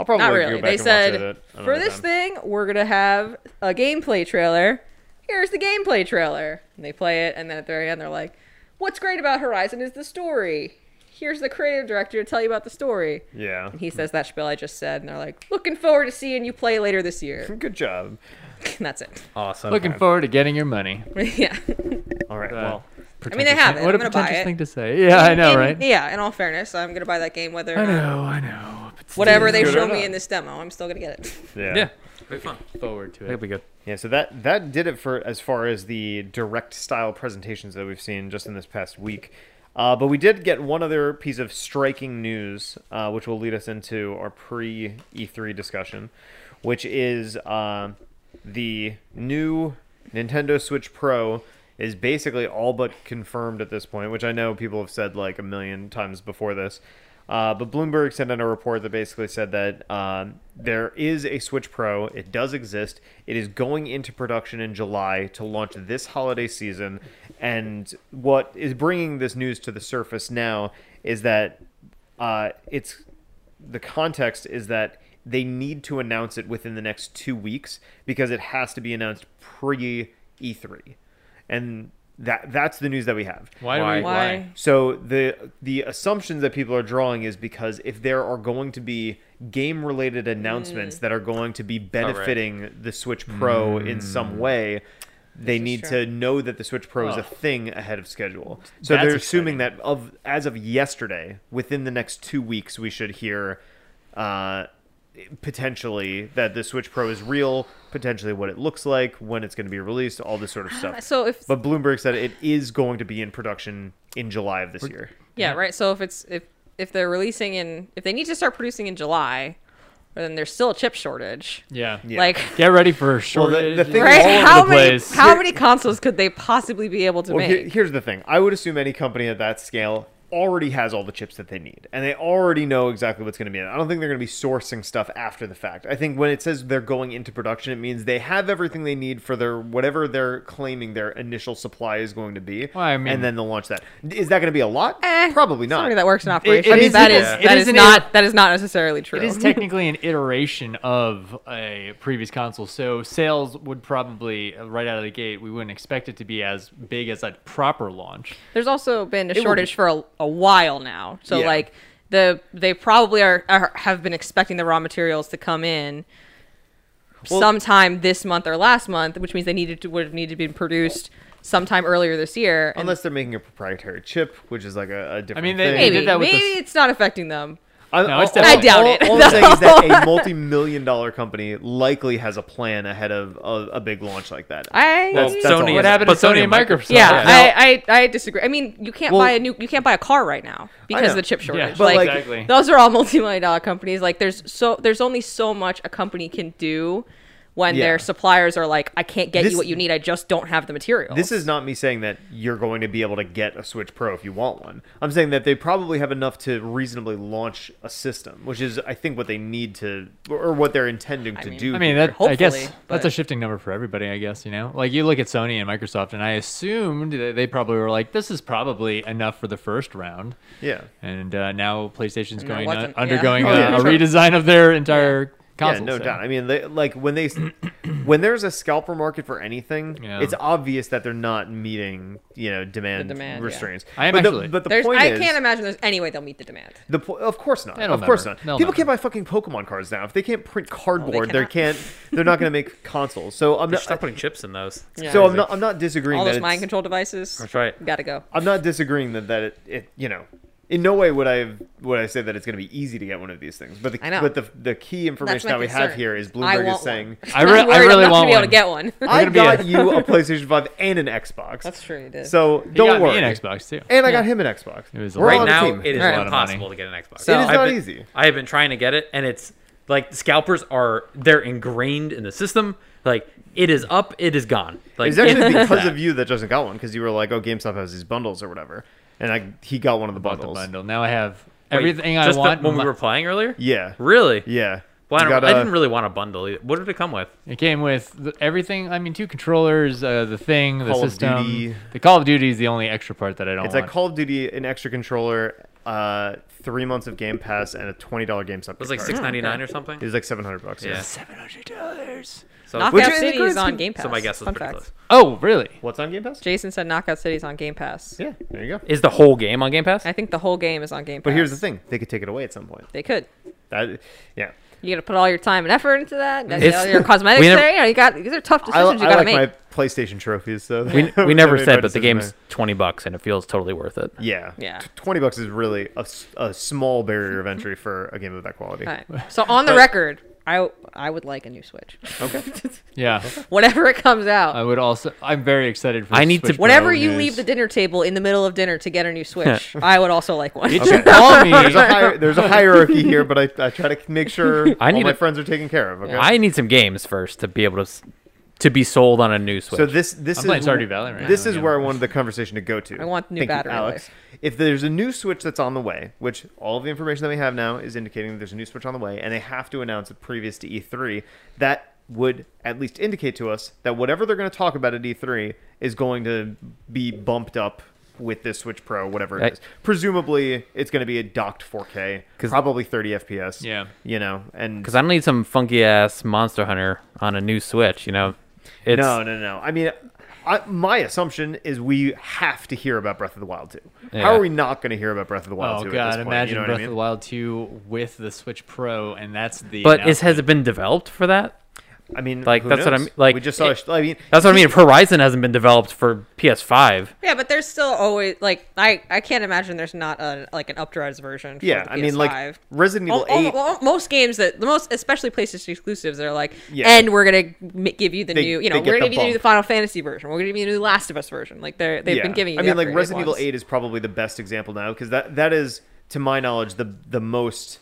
Speaker 1: I'll probably
Speaker 2: Not
Speaker 1: go
Speaker 2: really.
Speaker 1: back
Speaker 2: They
Speaker 1: and watch
Speaker 2: said
Speaker 1: it at
Speaker 2: for
Speaker 1: another
Speaker 2: this
Speaker 1: time.
Speaker 2: thing, we're gonna have a gameplay trailer. Here's the gameplay trailer. And they play it, and then at the very end, they're like, "What's great about Horizon is the story. Here's the creative director to tell you about the story."
Speaker 1: Yeah.
Speaker 2: And he says that spiel I just said, and they're like, "Looking forward to seeing you play later this year."
Speaker 1: Good job.
Speaker 2: and that's it.
Speaker 3: Awesome.
Speaker 5: Looking forward to getting your money.
Speaker 2: yeah.
Speaker 1: All right.
Speaker 5: Uh,
Speaker 1: Well,
Speaker 2: I mean, they have it.
Speaker 5: What
Speaker 2: I'm
Speaker 5: a
Speaker 2: gonna buy
Speaker 5: pretentious
Speaker 2: it.
Speaker 5: thing to say. Yeah, I know,
Speaker 2: In-
Speaker 5: right?
Speaker 2: Yeah. In all fairness, I'm gonna buy that game whether
Speaker 5: I know, I know. But still,
Speaker 2: whatever they
Speaker 1: Good or
Speaker 2: show me
Speaker 1: not.
Speaker 2: in this demo, I'm still gonna get it.
Speaker 1: yeah.
Speaker 3: Yeah. Very fun.
Speaker 5: forward to
Speaker 3: It'll be good.
Speaker 1: Yeah, so that that did it for as far as the direct style presentations that we've seen just in this past week. Uh, but we did get one other piece of striking news, uh, which will lead us into our pre E3 discussion, which is uh, the new Nintendo Switch Pro is basically all but confirmed at this point, which I know people have said like a million times before this. Uh, but Bloomberg sent out a report that basically said that um, there is a Switch Pro. It does exist. It is going into production in July to launch this holiday season. And what is bringing this news to the surface now is that uh, it's the context is that they need to announce it within the next two weeks because it has to be announced pre E3, and that that's the news that we have.
Speaker 5: Why?
Speaker 3: Why?
Speaker 5: Do we, why?
Speaker 1: So the the assumptions that people are drawing is because if there are going to be game related announcements
Speaker 5: Mm.
Speaker 1: that are going to be benefiting the Switch Pro in some way, they need
Speaker 2: true.
Speaker 1: to know that the Switch Pro is a
Speaker 5: Oh.
Speaker 1: thing ahead of schedule. So
Speaker 5: That's
Speaker 1: they're assuming that of as of yesterday, within the next two weeks, we should hear uh, potentially that the Switch Pro is real, potentially what it looks like, when it's going to be released, all this sort of stuff.
Speaker 2: So if
Speaker 1: But Bloomberg said it is going to be in production in July of this year.
Speaker 2: Yeah, right. So if it's if if they're releasing in if they need to start producing in July, then there's still a chip shortage.
Speaker 5: Yeah.
Speaker 1: Yeah.
Speaker 2: Like
Speaker 5: Get ready for
Speaker 1: Well,
Speaker 5: short.
Speaker 1: the- the thing
Speaker 2: right?
Speaker 1: all over
Speaker 2: How
Speaker 5: the
Speaker 2: many
Speaker 5: place.
Speaker 2: how many consoles could they possibly be able to
Speaker 1: Well, he-
Speaker 2: make?
Speaker 1: here's the thing. I would assume any company at that scale already has all the chips that they need, and they already know exactly what's going to be in it. I don't think they're going to be sourcing stuff after the fact. I think when it says they're going into production, it means they have everything they need for their whatever they're claiming their initial supply is going to be.
Speaker 5: Well, I mean-
Speaker 1: and then they'll launch that. Is that going to be a lot?
Speaker 2: Eh,
Speaker 1: Probably not.
Speaker 2: Somebody that works in operations.
Speaker 5: is-
Speaker 2: that
Speaker 5: it
Speaker 2: is
Speaker 5: is-
Speaker 2: that
Speaker 5: it
Speaker 2: is
Speaker 5: is an-
Speaker 2: not that is not necessarily true.
Speaker 5: It is technically an iteration of a previous console, so sales would probably uh, right out of the gate. We wouldn't expect it to be as big as a proper launch.
Speaker 2: There's also been a
Speaker 1: will
Speaker 2: shortage for a, a while now. So
Speaker 1: Yeah.
Speaker 2: like the they probably are, are have been expecting the raw materials to come in
Speaker 1: Well-
Speaker 2: sometime this month or last month, which means they needed to would have needed to be produced sometime earlier this year. And
Speaker 1: Unless they're making a proprietary chip, which is like a, a different.
Speaker 5: mean, they-
Speaker 1: thing.
Speaker 2: maybe
Speaker 5: did that with
Speaker 2: maybe
Speaker 5: the-
Speaker 2: it's not affecting them.
Speaker 1: I,
Speaker 5: No, it's
Speaker 1: all-
Speaker 5: definitely-
Speaker 2: I doubt
Speaker 1: all-
Speaker 2: it,
Speaker 1: All I'm saying is
Speaker 2: though.
Speaker 1: that a multi-million dollar company likely has a plan ahead of a, a big launch like that.
Speaker 2: I
Speaker 1: Well, That's all
Speaker 3: Sony
Speaker 1: it
Speaker 5: What
Speaker 1: is.
Speaker 3: is-
Speaker 5: happened
Speaker 3: but
Speaker 5: to Sony and Microsoft?
Speaker 2: yeah,
Speaker 1: Yeah.
Speaker 2: I, I I disagree. I mean, you can't
Speaker 1: Well-
Speaker 2: buy a new you can't buy a car right now because
Speaker 1: know.
Speaker 2: of the chip shortage.
Speaker 5: but,
Speaker 2: like
Speaker 5: exactly.
Speaker 2: those are all multi-million dollar companies. Like there's so there's only so much a company can do when
Speaker 1: Yeah.
Speaker 2: their suppliers are like, I can't get
Speaker 1: This-
Speaker 2: you what you need. I just don't have the material.
Speaker 1: This is not me saying that you're going to be able to get a Switch Pro if you want one. I'm saying that they probably have enough to reasonably launch a system, which is, I think, what they need to, or what they're intending to
Speaker 2: mean-
Speaker 1: do.
Speaker 5: I mean,
Speaker 1: here.
Speaker 5: that I guess
Speaker 2: Hopefully,
Speaker 5: that's
Speaker 2: but-
Speaker 5: a shifting number for everybody. I guess you know, like you look at Sony and Microsoft, and I assumed that they probably were like, "This is probably enough for the first round."
Speaker 1: yeah.
Speaker 5: And uh, now PlayStation's
Speaker 2: it
Speaker 5: going
Speaker 2: wasn't,
Speaker 5: uh,
Speaker 2: yeah.
Speaker 5: undergoing
Speaker 1: Oh,
Speaker 5: uh,
Speaker 1: yeah,
Speaker 5: a
Speaker 1: sure.
Speaker 5: redesign of their entire console.
Speaker 1: yeah, no
Speaker 5: so.
Speaker 1: doubt. I mean, they, like when they, when there's a scalper market for anything,
Speaker 5: Yeah.
Speaker 1: it's obvious that they're not meeting, you know, demand,
Speaker 2: demand, yeah.
Speaker 1: restraints.
Speaker 5: I am
Speaker 1: but
Speaker 5: actually-
Speaker 1: The, but the
Speaker 2: There's,
Speaker 1: point
Speaker 2: I
Speaker 1: is,
Speaker 2: can't imagine there's any way they'll meet the demand.
Speaker 1: The po- of course not.
Speaker 5: They'll
Speaker 1: Of course
Speaker 5: never.
Speaker 1: not.
Speaker 5: They'll
Speaker 1: People
Speaker 5: never.
Speaker 1: can't buy fucking Pokemon cards now. If they can't print cardboard, they
Speaker 2: cannot.
Speaker 1: can't. They're not going to make consoles. So I'm
Speaker 3: They're
Speaker 1: not.
Speaker 3: stop putting chips in those.
Speaker 2: Yeah.
Speaker 1: so I'm not. I'm not disagreeing
Speaker 2: All
Speaker 1: that
Speaker 2: those
Speaker 1: it's-
Speaker 2: mind control devices.
Speaker 3: That's right.
Speaker 2: Gotta go.
Speaker 1: I'm not disagreeing that that it, it you know. In no way would I have, would I say that it's going to be easy to get one of these things, but the
Speaker 2: I know.
Speaker 1: but the, the key
Speaker 2: That's
Speaker 1: information
Speaker 2: my
Speaker 1: that we have
Speaker 2: concern.
Speaker 1: here is
Speaker 2: I
Speaker 1: Bloomberg
Speaker 2: want
Speaker 1: is saying,
Speaker 2: one.
Speaker 5: I, re-
Speaker 2: I'm
Speaker 5: I
Speaker 2: worried
Speaker 5: really want
Speaker 2: I'm not gonna be
Speaker 5: one.
Speaker 2: able to get one.
Speaker 1: I
Speaker 5: gonna be
Speaker 1: got
Speaker 5: a-
Speaker 1: you a PlayStation Five and an Xbox.
Speaker 2: That's true. You did.
Speaker 1: So
Speaker 5: He
Speaker 1: don't
Speaker 5: got
Speaker 1: worry.
Speaker 5: me an Xbox too.
Speaker 1: And I
Speaker 2: Yeah.
Speaker 1: got him an Xbox.
Speaker 5: It was
Speaker 1: We're
Speaker 5: Right
Speaker 1: all
Speaker 3: Right
Speaker 1: on a
Speaker 3: now,
Speaker 1: team.
Speaker 3: it is
Speaker 5: Right.
Speaker 3: impossible to get an Xbox.
Speaker 2: So- It is
Speaker 3: I've
Speaker 1: not
Speaker 3: been-
Speaker 1: easy.
Speaker 3: I have been trying to get it, and it's like the scalpers are they're ingrained in the system. Like it is up, it is gone. Like
Speaker 1: It's actually
Speaker 3: it-
Speaker 1: because of you that Justin got one because you were like, "Oh, GameStop has these bundles or whatever," and I he got one of the
Speaker 5: Bought the
Speaker 1: bundles.
Speaker 5: bundle. Now I have
Speaker 3: Wait,
Speaker 5: everything I
Speaker 3: just the-
Speaker 5: want.
Speaker 3: when we
Speaker 5: my-
Speaker 3: were playing earlier.
Speaker 1: Yeah,
Speaker 3: Really?
Speaker 1: yeah.
Speaker 3: Well, I,
Speaker 1: You
Speaker 3: don't,
Speaker 1: got,
Speaker 3: I
Speaker 1: uh,
Speaker 3: didn't really want a bundle. Either. What did it come with?
Speaker 5: It came with th- everything. I mean, two controllers, uh, the thing, the
Speaker 1: Call of
Speaker 5: system.
Speaker 1: Duty.
Speaker 5: The Call of Duty is the only extra part that I don't
Speaker 1: It's
Speaker 5: want.
Speaker 1: like Call of Duty, an extra controller, uh, three months of Game Pass, and a twenty dollar GameStop.
Speaker 3: It was like
Speaker 1: card.
Speaker 3: six ninety nine or something.
Speaker 1: It was like seven hundred bucks.
Speaker 3: Yeah.
Speaker 5: Seven hundred dollars.
Speaker 3: So,
Speaker 2: Knockout
Speaker 1: Which-
Speaker 2: City is on Game Pass.
Speaker 3: so my guess was
Speaker 2: Fun
Speaker 3: pretty
Speaker 2: fact.
Speaker 3: close.
Speaker 5: Oh, really?
Speaker 1: What's on Game Pass?
Speaker 2: Jason said Knockout City is on Game Pass.
Speaker 1: Yeah, there you go.
Speaker 3: Is the whole game on Game Pass?
Speaker 2: I think the whole game is on Game Pass.
Speaker 1: But here's the thing: they could take it away at some point.
Speaker 2: They could.
Speaker 1: That, yeah.
Speaker 2: You gotta put all your time and effort into that. That's
Speaker 3: It's-
Speaker 2: all your cosmetics
Speaker 3: we never-
Speaker 2: there. You, know, you got these are tough
Speaker 1: I,
Speaker 2: decisions
Speaker 1: I
Speaker 2: you
Speaker 1: like
Speaker 2: gotta make.
Speaker 1: my PlayStation trophies, so
Speaker 3: we,
Speaker 1: I
Speaker 3: we never
Speaker 1: made my
Speaker 3: said, but the
Speaker 1: decision
Speaker 3: game's
Speaker 1: there.
Speaker 3: twenty bucks and it feels totally worth it.
Speaker 1: Yeah,
Speaker 2: Yeah.
Speaker 1: T- Twenty bucks is really a, s- a small barrier of entry for a game of that quality.
Speaker 2: All right. So on the record, I I would like a new Switch.
Speaker 1: Okay.
Speaker 5: Yeah.
Speaker 2: Whenever it comes out.
Speaker 5: I would also. I'm very excited for.
Speaker 3: I need to-
Speaker 5: Switch Pro
Speaker 2: Whenever you
Speaker 5: news.
Speaker 2: leave the dinner table in the middle of dinner to get a new Switch, I would also like one.
Speaker 5: You call me.
Speaker 1: There's a, hier- there's a hierarchy here, but I, I try to make sure
Speaker 3: I
Speaker 1: all
Speaker 3: need
Speaker 1: my
Speaker 3: a-
Speaker 1: friends are taken care of. Okay.
Speaker 3: I need some games first to be able to s- to be sold on a new Switch.
Speaker 1: so this this
Speaker 5: I'm playing
Speaker 1: is
Speaker 5: Stardew Valley right
Speaker 1: this
Speaker 5: now,
Speaker 1: is
Speaker 5: yeah.
Speaker 1: where I wanted the conversation to go to.
Speaker 2: I want the new
Speaker 1: Thank
Speaker 2: battery
Speaker 1: you, Alex. If there's a new Switch that's on the way, which all of the information that we have now is indicating that there's a new Switch on the way, and they have to announce it previous to E3, that would at least indicate to us that whatever they're going to talk about at E3 is going to be bumped up with this Switch Pro, whatever
Speaker 3: Right.
Speaker 1: it is. Presumably, it's going to be a docked 4K,
Speaker 3: 'Cause-
Speaker 1: probably 30 FPS.
Speaker 5: Yeah.
Speaker 1: you know, and
Speaker 3: Because I need some funky ass Monster Hunter on a new Switch, you know? It's,
Speaker 1: no, no, no. I mean, I, my assumption is we have to hear about Breath of the Wild 2. How
Speaker 3: Yeah.
Speaker 1: are we not going to hear about Breath of the Wild
Speaker 5: Oh
Speaker 1: 2 at
Speaker 5: god!
Speaker 1: this point?
Speaker 5: Imagine
Speaker 1: you know
Speaker 5: Breath
Speaker 1: what I
Speaker 5: of
Speaker 1: mean?
Speaker 5: the Wild 2 with the Switch Pro, and that's the.
Speaker 3: But is,
Speaker 5: announcement.
Speaker 3: has it been developed for that?
Speaker 1: I mean,
Speaker 3: Like,
Speaker 1: who
Speaker 3: that's what I
Speaker 1: knows?
Speaker 3: mean- like,
Speaker 1: we just saw. a
Speaker 3: it-
Speaker 1: sh- I mean,
Speaker 3: That's what I mean. If Horizon hasn't been developed for PS5,
Speaker 2: Yeah, but there's still always like I I can't imagine there's not a like an updarized version. For
Speaker 1: yeah.
Speaker 2: the
Speaker 1: I mean,
Speaker 2: PS5.
Speaker 1: like Resident Evil
Speaker 2: Al- al-
Speaker 1: 8.
Speaker 2: al- most games that the most, especially PlayStation exclusives, they're like,
Speaker 1: Yeah.
Speaker 2: and we're gonna m- give you the
Speaker 1: They-
Speaker 2: new, you know,
Speaker 1: they get
Speaker 2: we're gonna
Speaker 1: the
Speaker 2: give you the
Speaker 1: bump.
Speaker 2: Final Fantasy version, we're gonna give you the new Last of Us version. Like they're they've been
Speaker 1: Yeah.
Speaker 2: giving you.
Speaker 1: I
Speaker 2: the
Speaker 1: mean, like
Speaker 2: upgraded
Speaker 1: Resident Evil
Speaker 2: ones.
Speaker 1: 8 is probably the best example now because that that is, to my knowledge, the the most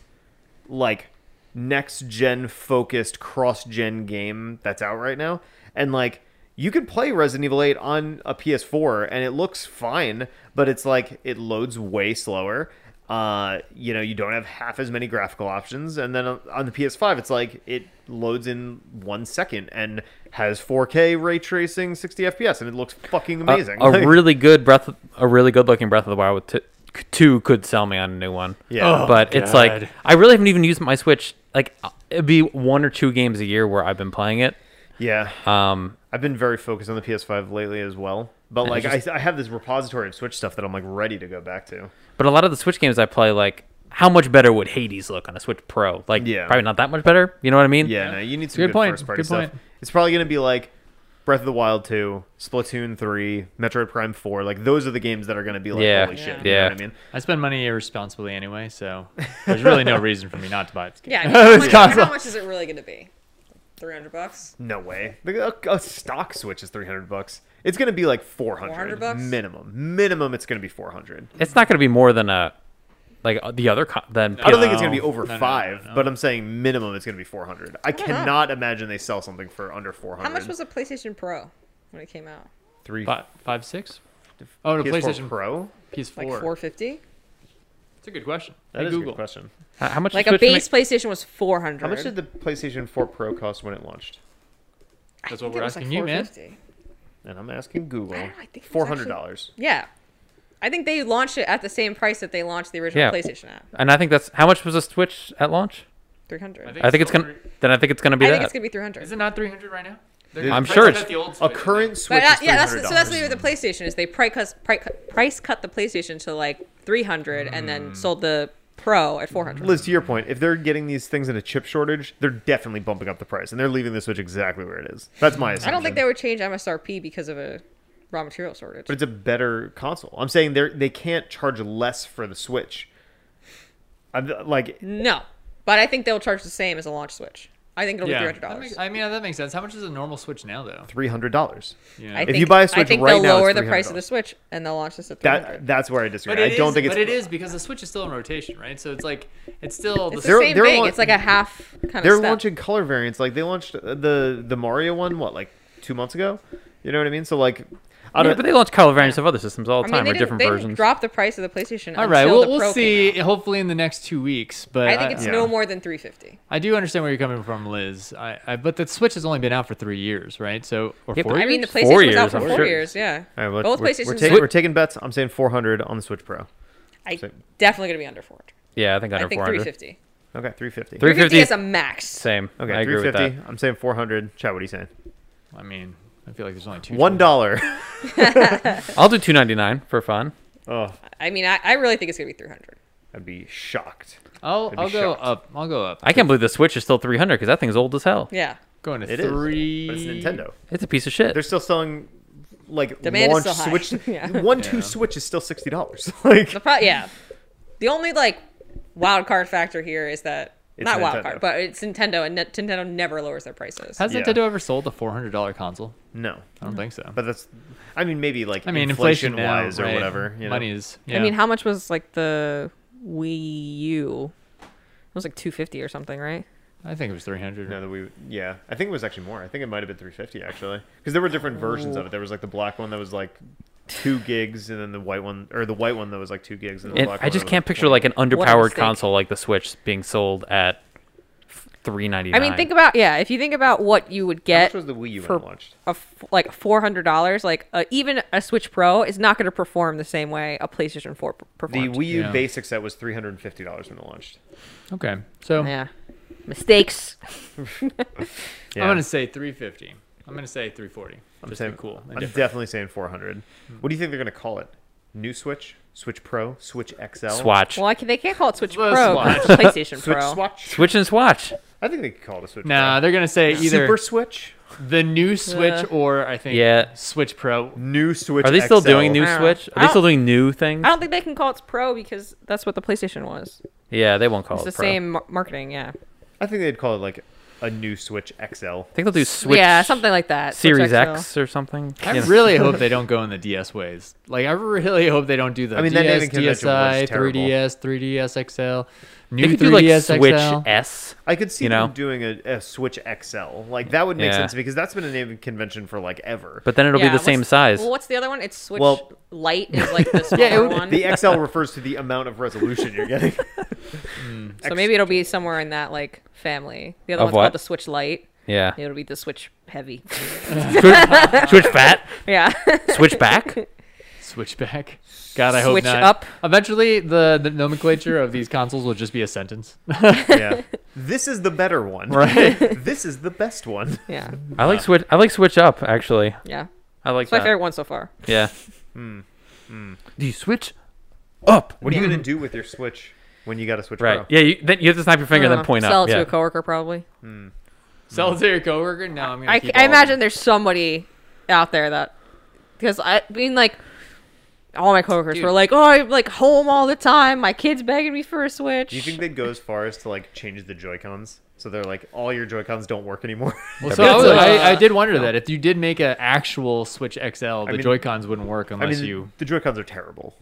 Speaker 1: like next gen focused cross gen game that's out right now, and like. You could play Resident Evil 8 on a PS4 and it looks fine, but it's like it loads way slower. Uh, you know, you don't have half as many graphical options. And then on- on the PS5, it's like it loads in one second and has 4K ray tracing, 60 FPS, and it looks fucking
Speaker 3: a-
Speaker 1: amazing.
Speaker 3: a,
Speaker 1: Like-
Speaker 3: really good breath, a really good looking Breath of the Wild with t- c- two could sell me on a new one.
Speaker 1: Yeah. Oh,
Speaker 3: but it's
Speaker 5: God.
Speaker 3: like I really haven't even used my Switch. Like uh, it'd be one or two games a year where I've been playing it.
Speaker 1: Yeah,
Speaker 3: Um,
Speaker 1: I've been very focused on the PS5 lately as well. But like, I, I have this repository of Switch stuff that I'm like ready to go back to.
Speaker 3: But a lot of the Switch games I play, like, how much better would Hades look on a Switch Pro? Like,
Speaker 1: Yeah.
Speaker 3: probably not that much better. You know what I mean?
Speaker 1: Yeah, no, you need some
Speaker 5: Good
Speaker 1: good,
Speaker 5: point,
Speaker 1: first party
Speaker 5: good
Speaker 1: stuff.
Speaker 5: point.
Speaker 1: It's probably gonna be like Breath of the Wild 2, Splatoon 3, Metroid Prime 4. Like those are the games that are gonna be like,
Speaker 3: Yeah.
Speaker 1: holy shit.
Speaker 3: Yeah.
Speaker 1: you know what I mean,
Speaker 5: I spend money irresponsibly anyway, so there's really no reason for me not to buy it.
Speaker 2: Yeah, I mean, how, much, how much is it really gonna be? Three hundred bucks.
Speaker 1: no way. Like, A, a stock Switch is 300 bucks. It's gonna be like 400,
Speaker 2: 400 bucks?
Speaker 1: minimum. Minimum, it's gonna be 400.
Speaker 3: It's not going to be more than a like uh, the other co- than.
Speaker 1: I don't think it's
Speaker 3: PS-
Speaker 1: going to be
Speaker 4: No.
Speaker 1: over
Speaker 4: No, no, no,
Speaker 1: five,
Speaker 4: no.
Speaker 1: but I'm saying minimum it's going to be 400. I
Speaker 2: not?
Speaker 1: cannot imagine they sell something for under 400.
Speaker 2: How much was a PlayStation Pro when it came out?
Speaker 1: three?
Speaker 4: Five, five six? Oh, no,
Speaker 1: PS4
Speaker 4: PlayStation
Speaker 1: Pro.
Speaker 4: PS4.
Speaker 2: Like 450?
Speaker 4: That's a good question.
Speaker 1: That is
Speaker 4: hey,
Speaker 1: a
Speaker 4: Google.
Speaker 1: good question.
Speaker 3: How how much?
Speaker 2: Like
Speaker 3: did
Speaker 2: a
Speaker 3: Switch
Speaker 2: base PlayStation was 400.
Speaker 1: How much did the PlayStation 4 Pro cost when it launched?
Speaker 2: I
Speaker 4: That's
Speaker 2: think
Speaker 4: what
Speaker 2: it
Speaker 4: we're
Speaker 2: was
Speaker 4: asking you, man.
Speaker 2: 450.
Speaker 1: And I'm asking Google.
Speaker 2: I don't know, I think it
Speaker 1: Four
Speaker 2: was
Speaker 1: hundred
Speaker 2: actually-
Speaker 1: dollars.
Speaker 2: Yeah. I think they launched it at the same price that they launched the original
Speaker 3: Yeah.
Speaker 2: PlayStation at.
Speaker 3: Make, and I think that's how much was a Switch at launch.
Speaker 2: 300. I think,
Speaker 3: I think it's gonna. Then I think it's gonna be that.
Speaker 2: it's going to be 300.
Speaker 4: Is it not 300 right now?
Speaker 1: Dude,
Speaker 3: I'm
Speaker 1: price
Speaker 3: sure
Speaker 1: of
Speaker 3: it's.
Speaker 1: A current Switch
Speaker 2: But uh,
Speaker 1: is
Speaker 2: yeah, that's
Speaker 1: $300.
Speaker 2: so that's the way with the PlayStation is they price cut, price cut, price cut the PlayStation to like 300 and
Speaker 1: Hmm.
Speaker 2: then sold the Pro at 400.
Speaker 1: Liz, to your point, if they're getting these things in a chip shortage, they're definitely bumping up the price, and they're leaving the Switch exactly where it is. That's my assumption.
Speaker 2: I don't think they would change MSRP because of a raw material shortage.
Speaker 1: But it's a better console. I'm saying they are they can't charge less for the Switch. I'm, like
Speaker 2: No, but I think they'll charge the same as a launch Switch. I think it'll be three hundred
Speaker 4: That
Speaker 2: dollars.
Speaker 4: makes- I mean, that makes sense. How much is a normal Switch now, though?
Speaker 1: three hundred dollars.
Speaker 4: Yeah.
Speaker 2: I
Speaker 1: you
Speaker 2: think,
Speaker 1: buy a
Speaker 2: I
Speaker 1: Switch
Speaker 2: think
Speaker 1: right
Speaker 2: they'll
Speaker 1: now, it's
Speaker 2: lower the price of the
Speaker 1: $300.
Speaker 2: Switch and they'll launch this at three
Speaker 1: That
Speaker 2: hundred.
Speaker 1: that's where I disagree.
Speaker 4: But
Speaker 1: I
Speaker 4: it
Speaker 1: don't
Speaker 4: is-
Speaker 1: think it's.
Speaker 4: But it is because the Switch is still in rotation, right? So it's like it's still
Speaker 2: It's
Speaker 4: the
Speaker 2: the
Speaker 1: they're-
Speaker 2: same
Speaker 1: they're
Speaker 2: thing.
Speaker 1: laun-
Speaker 2: it's like a half kind
Speaker 1: They're
Speaker 2: of step.
Speaker 1: launching color variants. Like they launched uh, the the Mario one. What like two months ago? You know what I mean? So like, I don't.
Speaker 3: Yeah, but they launch color variants of other systems all the
Speaker 2: I
Speaker 3: time
Speaker 2: mean, they
Speaker 3: or different
Speaker 2: didn't, they didn't
Speaker 3: versions.
Speaker 2: drop the price of the PlayStation.
Speaker 4: All right,
Speaker 2: until
Speaker 4: we'll,
Speaker 2: the Pro
Speaker 4: we'll
Speaker 2: came
Speaker 4: see.
Speaker 2: out.
Speaker 4: Hopefully in the next two weeks, but
Speaker 2: I think it's
Speaker 1: Yeah.
Speaker 2: no more than three fifty.
Speaker 4: I do understand where you're coming from, Liz. I, I but the Switch has only been out for three years, right? So or
Speaker 3: Yeah, but
Speaker 4: four.
Speaker 2: I
Speaker 4: years?
Speaker 2: mean, the
Speaker 3: Four
Speaker 2: PlayStation was out
Speaker 3: years,
Speaker 2: for
Speaker 3: I'm
Speaker 2: four
Speaker 3: sure.
Speaker 2: years. Yeah,
Speaker 1: All right, well,
Speaker 2: both
Speaker 1: we're,
Speaker 2: PlayStations.
Speaker 1: We're taking, we're taking bets. I'm saying 400 on the Switch Pro.
Speaker 2: I
Speaker 1: so-
Speaker 2: definitely gonna be under four hundred.
Speaker 3: yeah, I think under
Speaker 2: I think
Speaker 3: 400.
Speaker 2: three fifty.
Speaker 1: Okay, 350.
Speaker 3: Three-
Speaker 2: Three fifty
Speaker 3: 350
Speaker 2: is a max.
Speaker 3: Same.
Speaker 1: Okay,
Speaker 3: I agree with
Speaker 1: 350.
Speaker 3: that.
Speaker 1: I'm saying 400. Chad, what are you saying?
Speaker 4: I mean, I feel like there's only two.
Speaker 1: One dollar.
Speaker 3: I'll do 299 for fun.
Speaker 1: oh,
Speaker 2: I mean, I, I really think it's gonna be three hundred.
Speaker 1: I'd be shocked.
Speaker 4: I'll
Speaker 1: I'd be
Speaker 4: I'll go
Speaker 1: shocked.
Speaker 4: up. I'll go up.
Speaker 3: I can't believe the Switch is still 300 because that thing's old as hell.
Speaker 2: Yeah,
Speaker 4: Going to
Speaker 1: It is,
Speaker 4: three.
Speaker 1: but it's Nintendo.
Speaker 3: It's a piece of shit.
Speaker 1: They're still selling like
Speaker 2: Demand is
Speaker 1: launch
Speaker 2: still high.
Speaker 1: Switch.
Speaker 2: Yeah.
Speaker 1: One two
Speaker 4: Yeah.
Speaker 1: Switch is still sixty dollars. like
Speaker 2: The pro- yeah. The only like wild card factor here is that
Speaker 1: It's
Speaker 2: not
Speaker 1: Nintendo.
Speaker 2: wild card, but it's Nintendo, and Net- Nintendo never lowers their prices.
Speaker 4: Has
Speaker 1: Yeah.
Speaker 4: Nintendo ever sold a four hundred dollar console?
Speaker 1: no,
Speaker 4: I don't think so.
Speaker 1: but that's. I mean, maybe like
Speaker 4: I mean,
Speaker 1: inflation,
Speaker 4: inflation, now,
Speaker 1: wise or
Speaker 4: right?
Speaker 1: whatever. You know?
Speaker 4: Money is. Yeah.
Speaker 2: I mean, how much was like the Wii U? It was like two fifty or something, right?
Speaker 4: I think it was three hundred.
Speaker 1: No, that we yeah. I think it was actually more. I think it might have been 350 actually, because there were different versions of it. There was like the black one that was like two gigs, and then the white one or the white one that was like two gigs. And the
Speaker 3: And
Speaker 1: black
Speaker 3: I
Speaker 1: one
Speaker 3: just
Speaker 1: that
Speaker 3: can't
Speaker 1: was,
Speaker 3: picture like an
Speaker 2: What a
Speaker 3: underpowered
Speaker 2: mistake.
Speaker 3: console like the Switch being sold at 399.
Speaker 2: I mean, think about yeah. If you think about what you would
Speaker 1: How
Speaker 2: get
Speaker 1: much was the Wii U
Speaker 2: for
Speaker 1: when it launched?
Speaker 2: a f- like four hundred dollars, like uh, even a Switch Pro is not going to perform the same way a PlayStation Four p-
Speaker 1: The
Speaker 2: performed.
Speaker 1: Wii U
Speaker 4: Yeah.
Speaker 1: basic set was three hundred and fifty dollars when it launched.
Speaker 4: Okay, so
Speaker 2: yeah, mistakes.
Speaker 4: I'm gonna say three fifty. I'm gonna say three forty.
Speaker 1: I'm
Speaker 4: Just
Speaker 1: saying
Speaker 4: be cool. and
Speaker 1: I'm
Speaker 4: different.
Speaker 1: definitely saying four hundred. What do you think they're gonna call it? New Switch, Switch Pro, Switch XL,
Speaker 3: Swatch.
Speaker 2: Well, I can, they can't call it Switch
Speaker 4: The
Speaker 2: Pro. 'cause it's PlayStation
Speaker 1: Switch
Speaker 2: Pro.
Speaker 1: Swatch.
Speaker 3: Switch and Swatch.
Speaker 1: I think they could call it a Switch.
Speaker 4: Nah,
Speaker 1: Pro.
Speaker 4: they're gonna say either
Speaker 1: Super Switch,
Speaker 4: the new Switch
Speaker 2: Yeah.
Speaker 4: or I think
Speaker 3: Yeah.
Speaker 4: Switch Pro.
Speaker 1: new Switch.
Speaker 3: Are they still
Speaker 1: XL.
Speaker 3: doing new
Speaker 2: I don't know.
Speaker 3: Switch? Are
Speaker 2: I
Speaker 3: they still
Speaker 2: don't-
Speaker 3: doing new things?
Speaker 2: I don't think they can call it Pro because that's what the PlayStation was.
Speaker 3: Yeah, they won't call
Speaker 2: It's
Speaker 3: it
Speaker 2: the
Speaker 3: Pro.
Speaker 2: same mar- marketing, yeah.
Speaker 1: I think they'd call it like a new Switch XL.
Speaker 3: I think they'll do Switch.
Speaker 2: yeah, something like that. Switch
Speaker 3: Series
Speaker 2: XL.
Speaker 3: X or something.
Speaker 4: I
Speaker 3: You know.
Speaker 4: really hope they don't go in the DS ways. Like I really hope they don't do the
Speaker 1: I mean, that
Speaker 4: DS,
Speaker 1: naming convention was
Speaker 4: DSi,
Speaker 1: terrible.
Speaker 4: 3DS, 3DS XL,
Speaker 3: They
Speaker 4: new
Speaker 3: could do like
Speaker 4: 3DS
Speaker 3: Switch
Speaker 4: XL.
Speaker 3: S.
Speaker 1: I could see
Speaker 3: you know?
Speaker 1: them doing a, a Switch XL. Like that would make
Speaker 3: Yeah.
Speaker 1: sense because that's been a naming convention for like ever.
Speaker 3: But then it'll
Speaker 2: Yeah,
Speaker 3: be the
Speaker 2: what's-
Speaker 3: same size.
Speaker 2: Well, what's the other one? It's Switch
Speaker 1: Well-
Speaker 2: Lite is like the smaller
Speaker 4: it would-
Speaker 2: one.
Speaker 1: the XL refers to the amount of resolution you're getting.
Speaker 2: Hmm. so maybe it'll be somewhere in that like family. The other
Speaker 3: Of
Speaker 2: one's
Speaker 3: what?
Speaker 2: called the Switch Lite.
Speaker 3: Yeah.
Speaker 2: It'll be the Switch Heavy.
Speaker 3: Switch, Switch fat.
Speaker 2: yeah.
Speaker 3: Switch back.
Speaker 4: Switchback. God, I hope
Speaker 2: Switch
Speaker 4: not.
Speaker 2: up.
Speaker 4: Eventually, the, the nomenclature of these consoles will just be a sentence.
Speaker 3: Mm-hmm.
Speaker 1: yeah. This is the better one. Right. this is the best one.
Speaker 2: yeah.
Speaker 3: I like switch. I like switch up actually.
Speaker 2: Yeah.
Speaker 3: I like
Speaker 2: It's my
Speaker 3: that.
Speaker 2: favorite one so far.
Speaker 3: Yeah.
Speaker 1: Hmm.
Speaker 3: Do you switch up?
Speaker 1: What are you gonna do with your Switch when you got a Switch
Speaker 3: Right.
Speaker 1: Pro?
Speaker 3: Yeah. You, then you have to snap your finger, and
Speaker 2: Uh,
Speaker 3: then point
Speaker 2: Sell
Speaker 3: up.
Speaker 2: it to
Speaker 3: yeah.
Speaker 2: a coworker probably.
Speaker 4: Sell it to your coworker. No, I'm gonna.
Speaker 2: I,
Speaker 4: keep
Speaker 2: I
Speaker 4: all of them.
Speaker 2: imagine there's somebody out there that because I mean like all my coworkers were like, oh, I'm like home all the time. My kids begging me for a switch.
Speaker 1: Do you think they'd go as far as to like change the Joy Cons? So they're like, all your Joy Cons don't work anymore.
Speaker 4: Well,
Speaker 3: That'd
Speaker 4: so
Speaker 3: be
Speaker 4: I, was-
Speaker 3: cool.
Speaker 4: I, I did wonder that if you did make an actual Switch XL, the
Speaker 1: mean-
Speaker 4: Joy Cons wouldn't work
Speaker 1: I
Speaker 4: unless
Speaker 1: mean,
Speaker 4: you.
Speaker 1: the Joy Cons are terrible.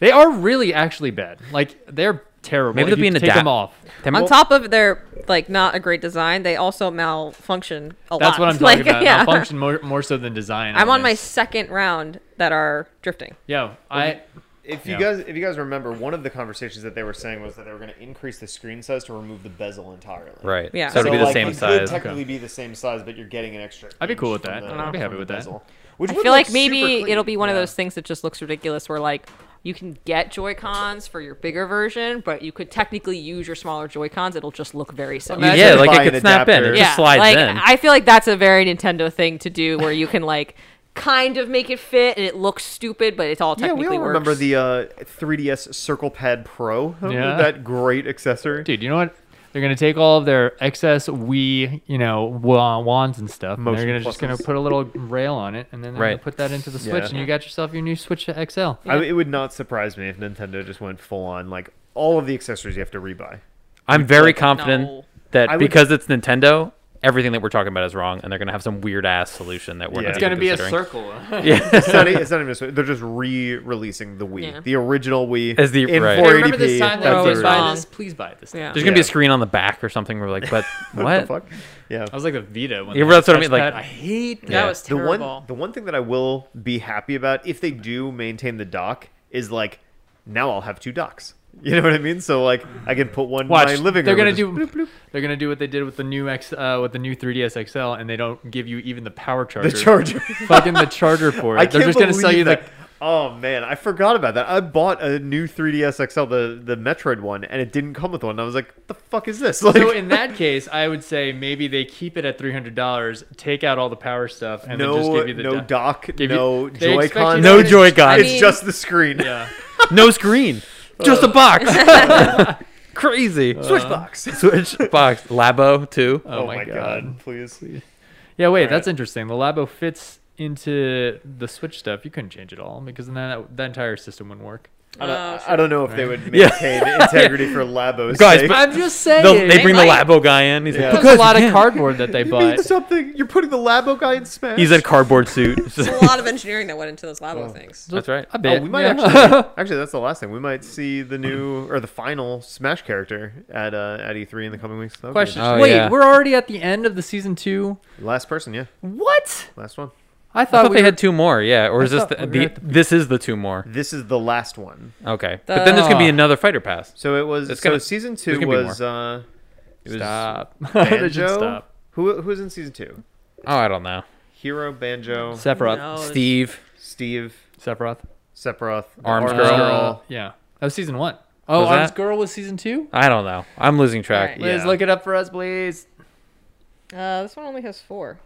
Speaker 4: They are really actually bad. Like they're terrible.
Speaker 3: Maybe
Speaker 4: if
Speaker 3: they'll
Speaker 4: you
Speaker 3: be an
Speaker 4: take
Speaker 3: adapt-
Speaker 4: them off.
Speaker 3: Tem-
Speaker 2: On
Speaker 3: well,
Speaker 2: top of their like not a great design, they also malfunction a lot.
Speaker 4: That's what I'm
Speaker 2: Like,
Speaker 4: talking about.
Speaker 2: yeah.
Speaker 4: Malfunction more, more so than design.
Speaker 2: I'm on my
Speaker 4: this.
Speaker 2: second round that are drifting.
Speaker 4: Yo, I
Speaker 1: If you
Speaker 4: Yeah.
Speaker 1: guys, if you guys remember, one of the conversations that they were saying was that they were going to increase the screen size to remove the bezel entirely.
Speaker 3: right.
Speaker 2: Yeah.
Speaker 3: So it'll be the
Speaker 1: like,
Speaker 3: same
Speaker 1: it could
Speaker 3: size.
Speaker 1: technically, be the same size, but you're getting an extra.
Speaker 4: I'd be cool
Speaker 1: inch
Speaker 4: with that.
Speaker 1: from
Speaker 4: I'd be happy
Speaker 1: from the
Speaker 4: with that.
Speaker 1: bezel, which
Speaker 2: I
Speaker 1: would
Speaker 2: feel
Speaker 1: look
Speaker 2: like
Speaker 1: super
Speaker 2: maybe
Speaker 1: clean.
Speaker 2: it'll be one of
Speaker 4: Yeah.
Speaker 2: those things that just looks ridiculous where like you can get Joy Cons for your bigger version, but you could technically use your smaller Joy Cons. It'll just look very similar.
Speaker 1: Imagine
Speaker 3: yeah, like
Speaker 1: buying
Speaker 3: it could
Speaker 1: an
Speaker 3: snap in. It
Speaker 1: adapter.
Speaker 3: just slides
Speaker 2: like,
Speaker 3: in.
Speaker 2: I feel like that's a very Nintendo thing to do where you can like kind of make it fit and it looks stupid, but it's all
Speaker 1: Yeah,
Speaker 2: technically
Speaker 1: we all
Speaker 2: works.
Speaker 1: remember the uh, 3DS Circle Pad Pro.
Speaker 4: Yeah.
Speaker 1: that great accessory.
Speaker 4: dude, you know what? They're gonna take all of their excess Wii, you know, wa- wands and stuff. and
Speaker 1: Motion
Speaker 4: they're gonna just gonna
Speaker 1: pluses.
Speaker 4: put a little rail on it, and then they're
Speaker 3: Right.
Speaker 4: gonna put that into the Switch,
Speaker 1: Yeah.
Speaker 4: and you got yourself your new Switch XL.
Speaker 1: I, it would not surprise me if Nintendo just went full on like all of the accessories you have to rebuy.
Speaker 3: I'm very confident
Speaker 2: No.
Speaker 3: that
Speaker 1: I would-
Speaker 3: because it's Nintendo, everything that we're talking about is wrong, and they're gonna have some weird ass solution that we're
Speaker 1: Yeah.
Speaker 3: not
Speaker 1: It's
Speaker 3: even
Speaker 6: gonna be a
Speaker 3: considering.
Speaker 6: circle.
Speaker 1: It's not, e-, it's not even. a switch. They're just re-releasing the Wii,
Speaker 2: Yeah.
Speaker 1: the original Wii,
Speaker 3: As the-
Speaker 1: in
Speaker 3: right.
Speaker 6: Hey,
Speaker 1: 480p.
Speaker 6: remember this time that
Speaker 1: That's
Speaker 6: I
Speaker 2: always
Speaker 6: was
Speaker 1: the-
Speaker 2: wrong.
Speaker 6: buy this? Please buy this. thing.
Speaker 2: Yeah.
Speaker 3: There's gonna be
Speaker 1: Yeah.
Speaker 3: a screen on the back or something. Where we're like, but
Speaker 1: what the
Speaker 3: what?
Speaker 1: fuck? Yeah,
Speaker 6: I was like the Vita when
Speaker 3: Yeah,
Speaker 6: they
Speaker 3: that's what I
Speaker 6: touched
Speaker 3: mean, like-
Speaker 6: that. I hate
Speaker 2: That
Speaker 3: Yeah.
Speaker 2: was
Speaker 1: the
Speaker 2: terrible.
Speaker 1: one the one thing that I will be happy about if they do maintain the dock is like now I'll have two docks. You know what I mean? So like I can put one
Speaker 4: Watch,
Speaker 1: in my living
Speaker 4: they're
Speaker 1: room.
Speaker 4: gonna
Speaker 1: and
Speaker 4: do
Speaker 1: just-
Speaker 4: they're gonna do what they did with the new X uh, with the new 3ds XL, and they don't give you even the power charger.
Speaker 1: the charger.
Speaker 4: fucking the charger for it.
Speaker 1: I
Speaker 4: they're
Speaker 1: can't
Speaker 4: just gonna sell
Speaker 1: believe
Speaker 4: you
Speaker 1: that.
Speaker 4: the
Speaker 1: Oh man, I forgot about that. I bought a new 3DS XL, the the Metroid one, and it didn't come with one. I was like, "The fuck is this?" Like,
Speaker 4: so in that case, I would say maybe they keep it at three hundred dollars, take out all the power stuff, and
Speaker 1: no,
Speaker 4: then just give you the
Speaker 1: no
Speaker 4: di-
Speaker 1: dock,
Speaker 4: you-
Speaker 1: no
Speaker 4: they expect you
Speaker 1: Joy-Con,
Speaker 4: to-
Speaker 3: No Joy-Con,
Speaker 2: I
Speaker 1: It's
Speaker 2: mean-
Speaker 1: just the screen,
Speaker 4: Yeah,
Speaker 3: no screen, just a box. Crazy
Speaker 1: Switch box.
Speaker 3: Switch box Labo too.
Speaker 1: Oh, my god, please.
Speaker 4: yeah. Wait, that's interesting. The Labo fits into the Switch stuff. You couldn't change it all because then that, that entire system wouldn't work.
Speaker 1: I
Speaker 2: Oh,
Speaker 1: don't,
Speaker 2: sure.
Speaker 1: I don't know if they would
Speaker 3: Yeah.
Speaker 1: maintain integrity for Labo's
Speaker 3: Guys,
Speaker 1: sake.
Speaker 3: but- I'm
Speaker 4: just
Speaker 3: They'll- they
Speaker 2: They
Speaker 3: bring
Speaker 2: might.
Speaker 3: the Labo guy in. He's
Speaker 1: Yeah.
Speaker 3: like,
Speaker 4: There's
Speaker 3: because
Speaker 4: a lot
Speaker 3: you can.
Speaker 4: of cardboard that they
Speaker 1: You mean
Speaker 4: bought.
Speaker 1: something. You're putting the Labo guy in Smash.
Speaker 3: He's in cardboard suit.
Speaker 2: There's a lot of engineering that went into those Labo things.
Speaker 3: That's right.
Speaker 4: A bit.
Speaker 1: Oh, we might
Speaker 4: yeah.
Speaker 1: actually. Actually, that's the last thing. We might see the new or the final Smash character at uh, at E3 in the coming weeks. That would be
Speaker 4: Question.
Speaker 3: Oh,
Speaker 4: Wait,
Speaker 3: yeah.
Speaker 4: we're already at the end of the season two.
Speaker 1: interesting. Last person, yeah.
Speaker 4: What?
Speaker 1: Last one.
Speaker 4: I
Speaker 3: I
Speaker 4: thought,
Speaker 3: thought
Speaker 4: we
Speaker 3: they
Speaker 4: were-
Speaker 3: had two more, yeah. Or is this
Speaker 4: thought
Speaker 3: the,
Speaker 4: we were
Speaker 3: the,
Speaker 4: at
Speaker 3: this is the two more?
Speaker 1: This is the last one.
Speaker 3: Okay, but then there's gonna be
Speaker 4: The-
Speaker 3: another fighter pass.
Speaker 1: So it was.
Speaker 3: It's
Speaker 1: so
Speaker 3: gonna-
Speaker 1: season
Speaker 3: there's
Speaker 1: two
Speaker 3: gonna be
Speaker 1: was. Uh, it was
Speaker 4: Stop. They should
Speaker 1: Banjo.
Speaker 4: stop.
Speaker 1: Who who was in season two?
Speaker 3: Oh, I don't know.
Speaker 1: Hero, Banjo,
Speaker 4: Sephiroth.
Speaker 2: No, it's-
Speaker 3: Steve,
Speaker 1: Steve,
Speaker 4: Sephiroth.
Speaker 1: Sephiroth,
Speaker 3: Arms
Speaker 4: Uh,
Speaker 3: Girl.
Speaker 4: yeah. That was season one. Oh,
Speaker 3: Was
Speaker 4: Arms
Speaker 3: that-
Speaker 4: Girl was season two?
Speaker 3: I don't know. I'm losing track.
Speaker 2: Alright.
Speaker 4: Liz,
Speaker 1: Yeah.
Speaker 4: look it up for us, please.
Speaker 2: Uh, this one only has four.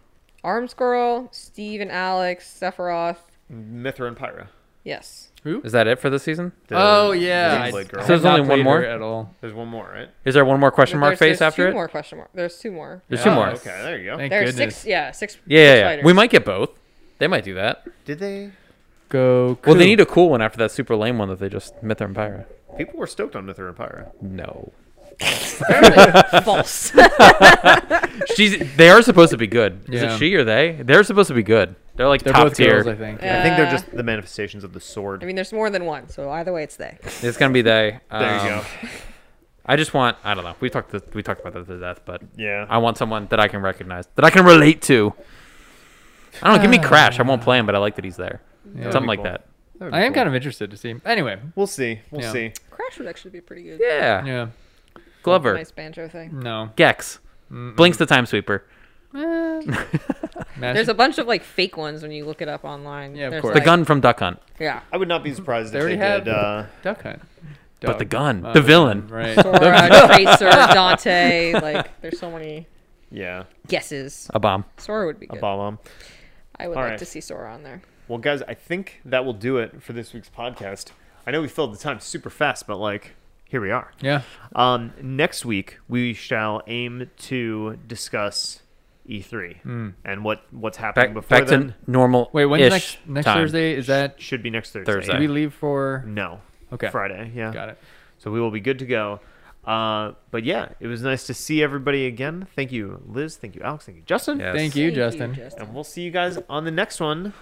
Speaker 2: Arms Girl, Steve and Alex, Sephiroth.
Speaker 1: Mithra, and Pyra.
Speaker 2: Yes.
Speaker 3: Is that it for this season?
Speaker 1: The-
Speaker 4: oh
Speaker 1: the
Speaker 4: yeah.
Speaker 1: Xenoblade girl.
Speaker 3: So there's
Speaker 4: I've
Speaker 3: only
Speaker 4: not
Speaker 3: one
Speaker 4: played
Speaker 3: more?
Speaker 4: her at all.
Speaker 1: There's one more, right?
Speaker 3: Is there one more question
Speaker 2: But
Speaker 3: mark
Speaker 2: there's-
Speaker 3: face
Speaker 2: there's
Speaker 3: after
Speaker 2: two
Speaker 3: it?
Speaker 2: more question mark. There's two more.
Speaker 3: There's two
Speaker 4: Oh,
Speaker 3: more.
Speaker 1: Okay, there you go.
Speaker 4: Thank
Speaker 2: There's
Speaker 4: goodness.
Speaker 2: six. Yeah, six.
Speaker 3: Yeah, yeah,
Speaker 2: six
Speaker 3: yeah.
Speaker 2: fighters.
Speaker 3: We might get both. They might do that.
Speaker 1: Did they?
Speaker 4: Go.
Speaker 3: Well, they need a cool one after that super lame one that they just Mithra and Pyra.
Speaker 1: People were stoked on Mithra and Pyra.
Speaker 3: No,
Speaker 2: Apparently false.
Speaker 3: she's. They are supposed to be good. Is
Speaker 4: Yeah.
Speaker 3: it she or they? They're supposed to be good. They're like
Speaker 4: They're
Speaker 3: top
Speaker 4: both
Speaker 3: tier.
Speaker 4: girls, I think.
Speaker 1: I think they're
Speaker 2: Uh,
Speaker 1: just the manifestations of the sword.
Speaker 2: I mean, there's more than one, so either way, it's they.
Speaker 3: It's gonna be they.
Speaker 1: there
Speaker 3: Um,
Speaker 1: you go.
Speaker 3: I just want. I don't know. We talked. To, we talked about that to death, but
Speaker 1: Yeah.
Speaker 3: I want someone that I can recognize, that I can relate to. I don't know. Give
Speaker 2: Ah.
Speaker 3: me Crash. I won't play him, but I like that he's there.
Speaker 4: Yeah.
Speaker 3: Something
Speaker 1: be
Speaker 3: like
Speaker 1: cool.
Speaker 3: that.
Speaker 4: I am kind of interested to see. Anyway.
Speaker 1: We'll see. We'll
Speaker 4: Yeah.
Speaker 1: see.
Speaker 2: Crash would actually be pretty good.
Speaker 3: Yeah.
Speaker 4: Yeah.
Speaker 3: Glover. Mm-hmm.
Speaker 2: Nice banjo thing.
Speaker 4: No. Eh.
Speaker 3: Gex. Blinks the time sweeper.
Speaker 4: Master-
Speaker 2: There's a bunch of like fake ones when you look it up online.
Speaker 4: Yeah, of
Speaker 2: There's,
Speaker 4: course.
Speaker 3: The
Speaker 2: like-
Speaker 3: gun from Duck Hunt.
Speaker 2: Yeah.
Speaker 1: I would not be surprised
Speaker 4: They
Speaker 1: if they
Speaker 4: already have
Speaker 1: did. Uh,
Speaker 4: Duck Hunt.
Speaker 3: But the
Speaker 4: Dog.
Speaker 3: gun.
Speaker 4: Uh,
Speaker 3: the villain.
Speaker 4: Right.
Speaker 2: Sora, Tracer, Dante. Like, there's so many
Speaker 1: yeah,
Speaker 2: guesses.
Speaker 3: A bomb.
Speaker 2: Sora would be good.
Speaker 1: a bomb.
Speaker 2: I would
Speaker 1: All
Speaker 2: like
Speaker 1: right.
Speaker 2: to see Sora on there.
Speaker 1: Well, guys, I think that will do it for this week's podcast. I know we filled the time super fast, but like, here we are.
Speaker 4: yeah.
Speaker 1: Um, next week we shall aim to discuss E3 and what what's happening
Speaker 3: Back,
Speaker 1: before
Speaker 3: back
Speaker 1: then.
Speaker 3: to normal.
Speaker 4: Wait, when's
Speaker 3: ish
Speaker 4: next next
Speaker 3: time.
Speaker 4: Thursday? Is that
Speaker 1: Should be next Thursday.
Speaker 4: do
Speaker 3: Thursday.
Speaker 4: we leave for
Speaker 1: No.
Speaker 4: Okay.
Speaker 1: Friday. Yeah.
Speaker 4: Got it.
Speaker 1: So we will be good to go. Uh, but yeah, it was nice to see everybody again. Thank you, Liz. Thank you, Alex. Thank you, Justin.
Speaker 3: Yes.
Speaker 4: Thank you, Justin.
Speaker 1: And we'll see you guys on the next one.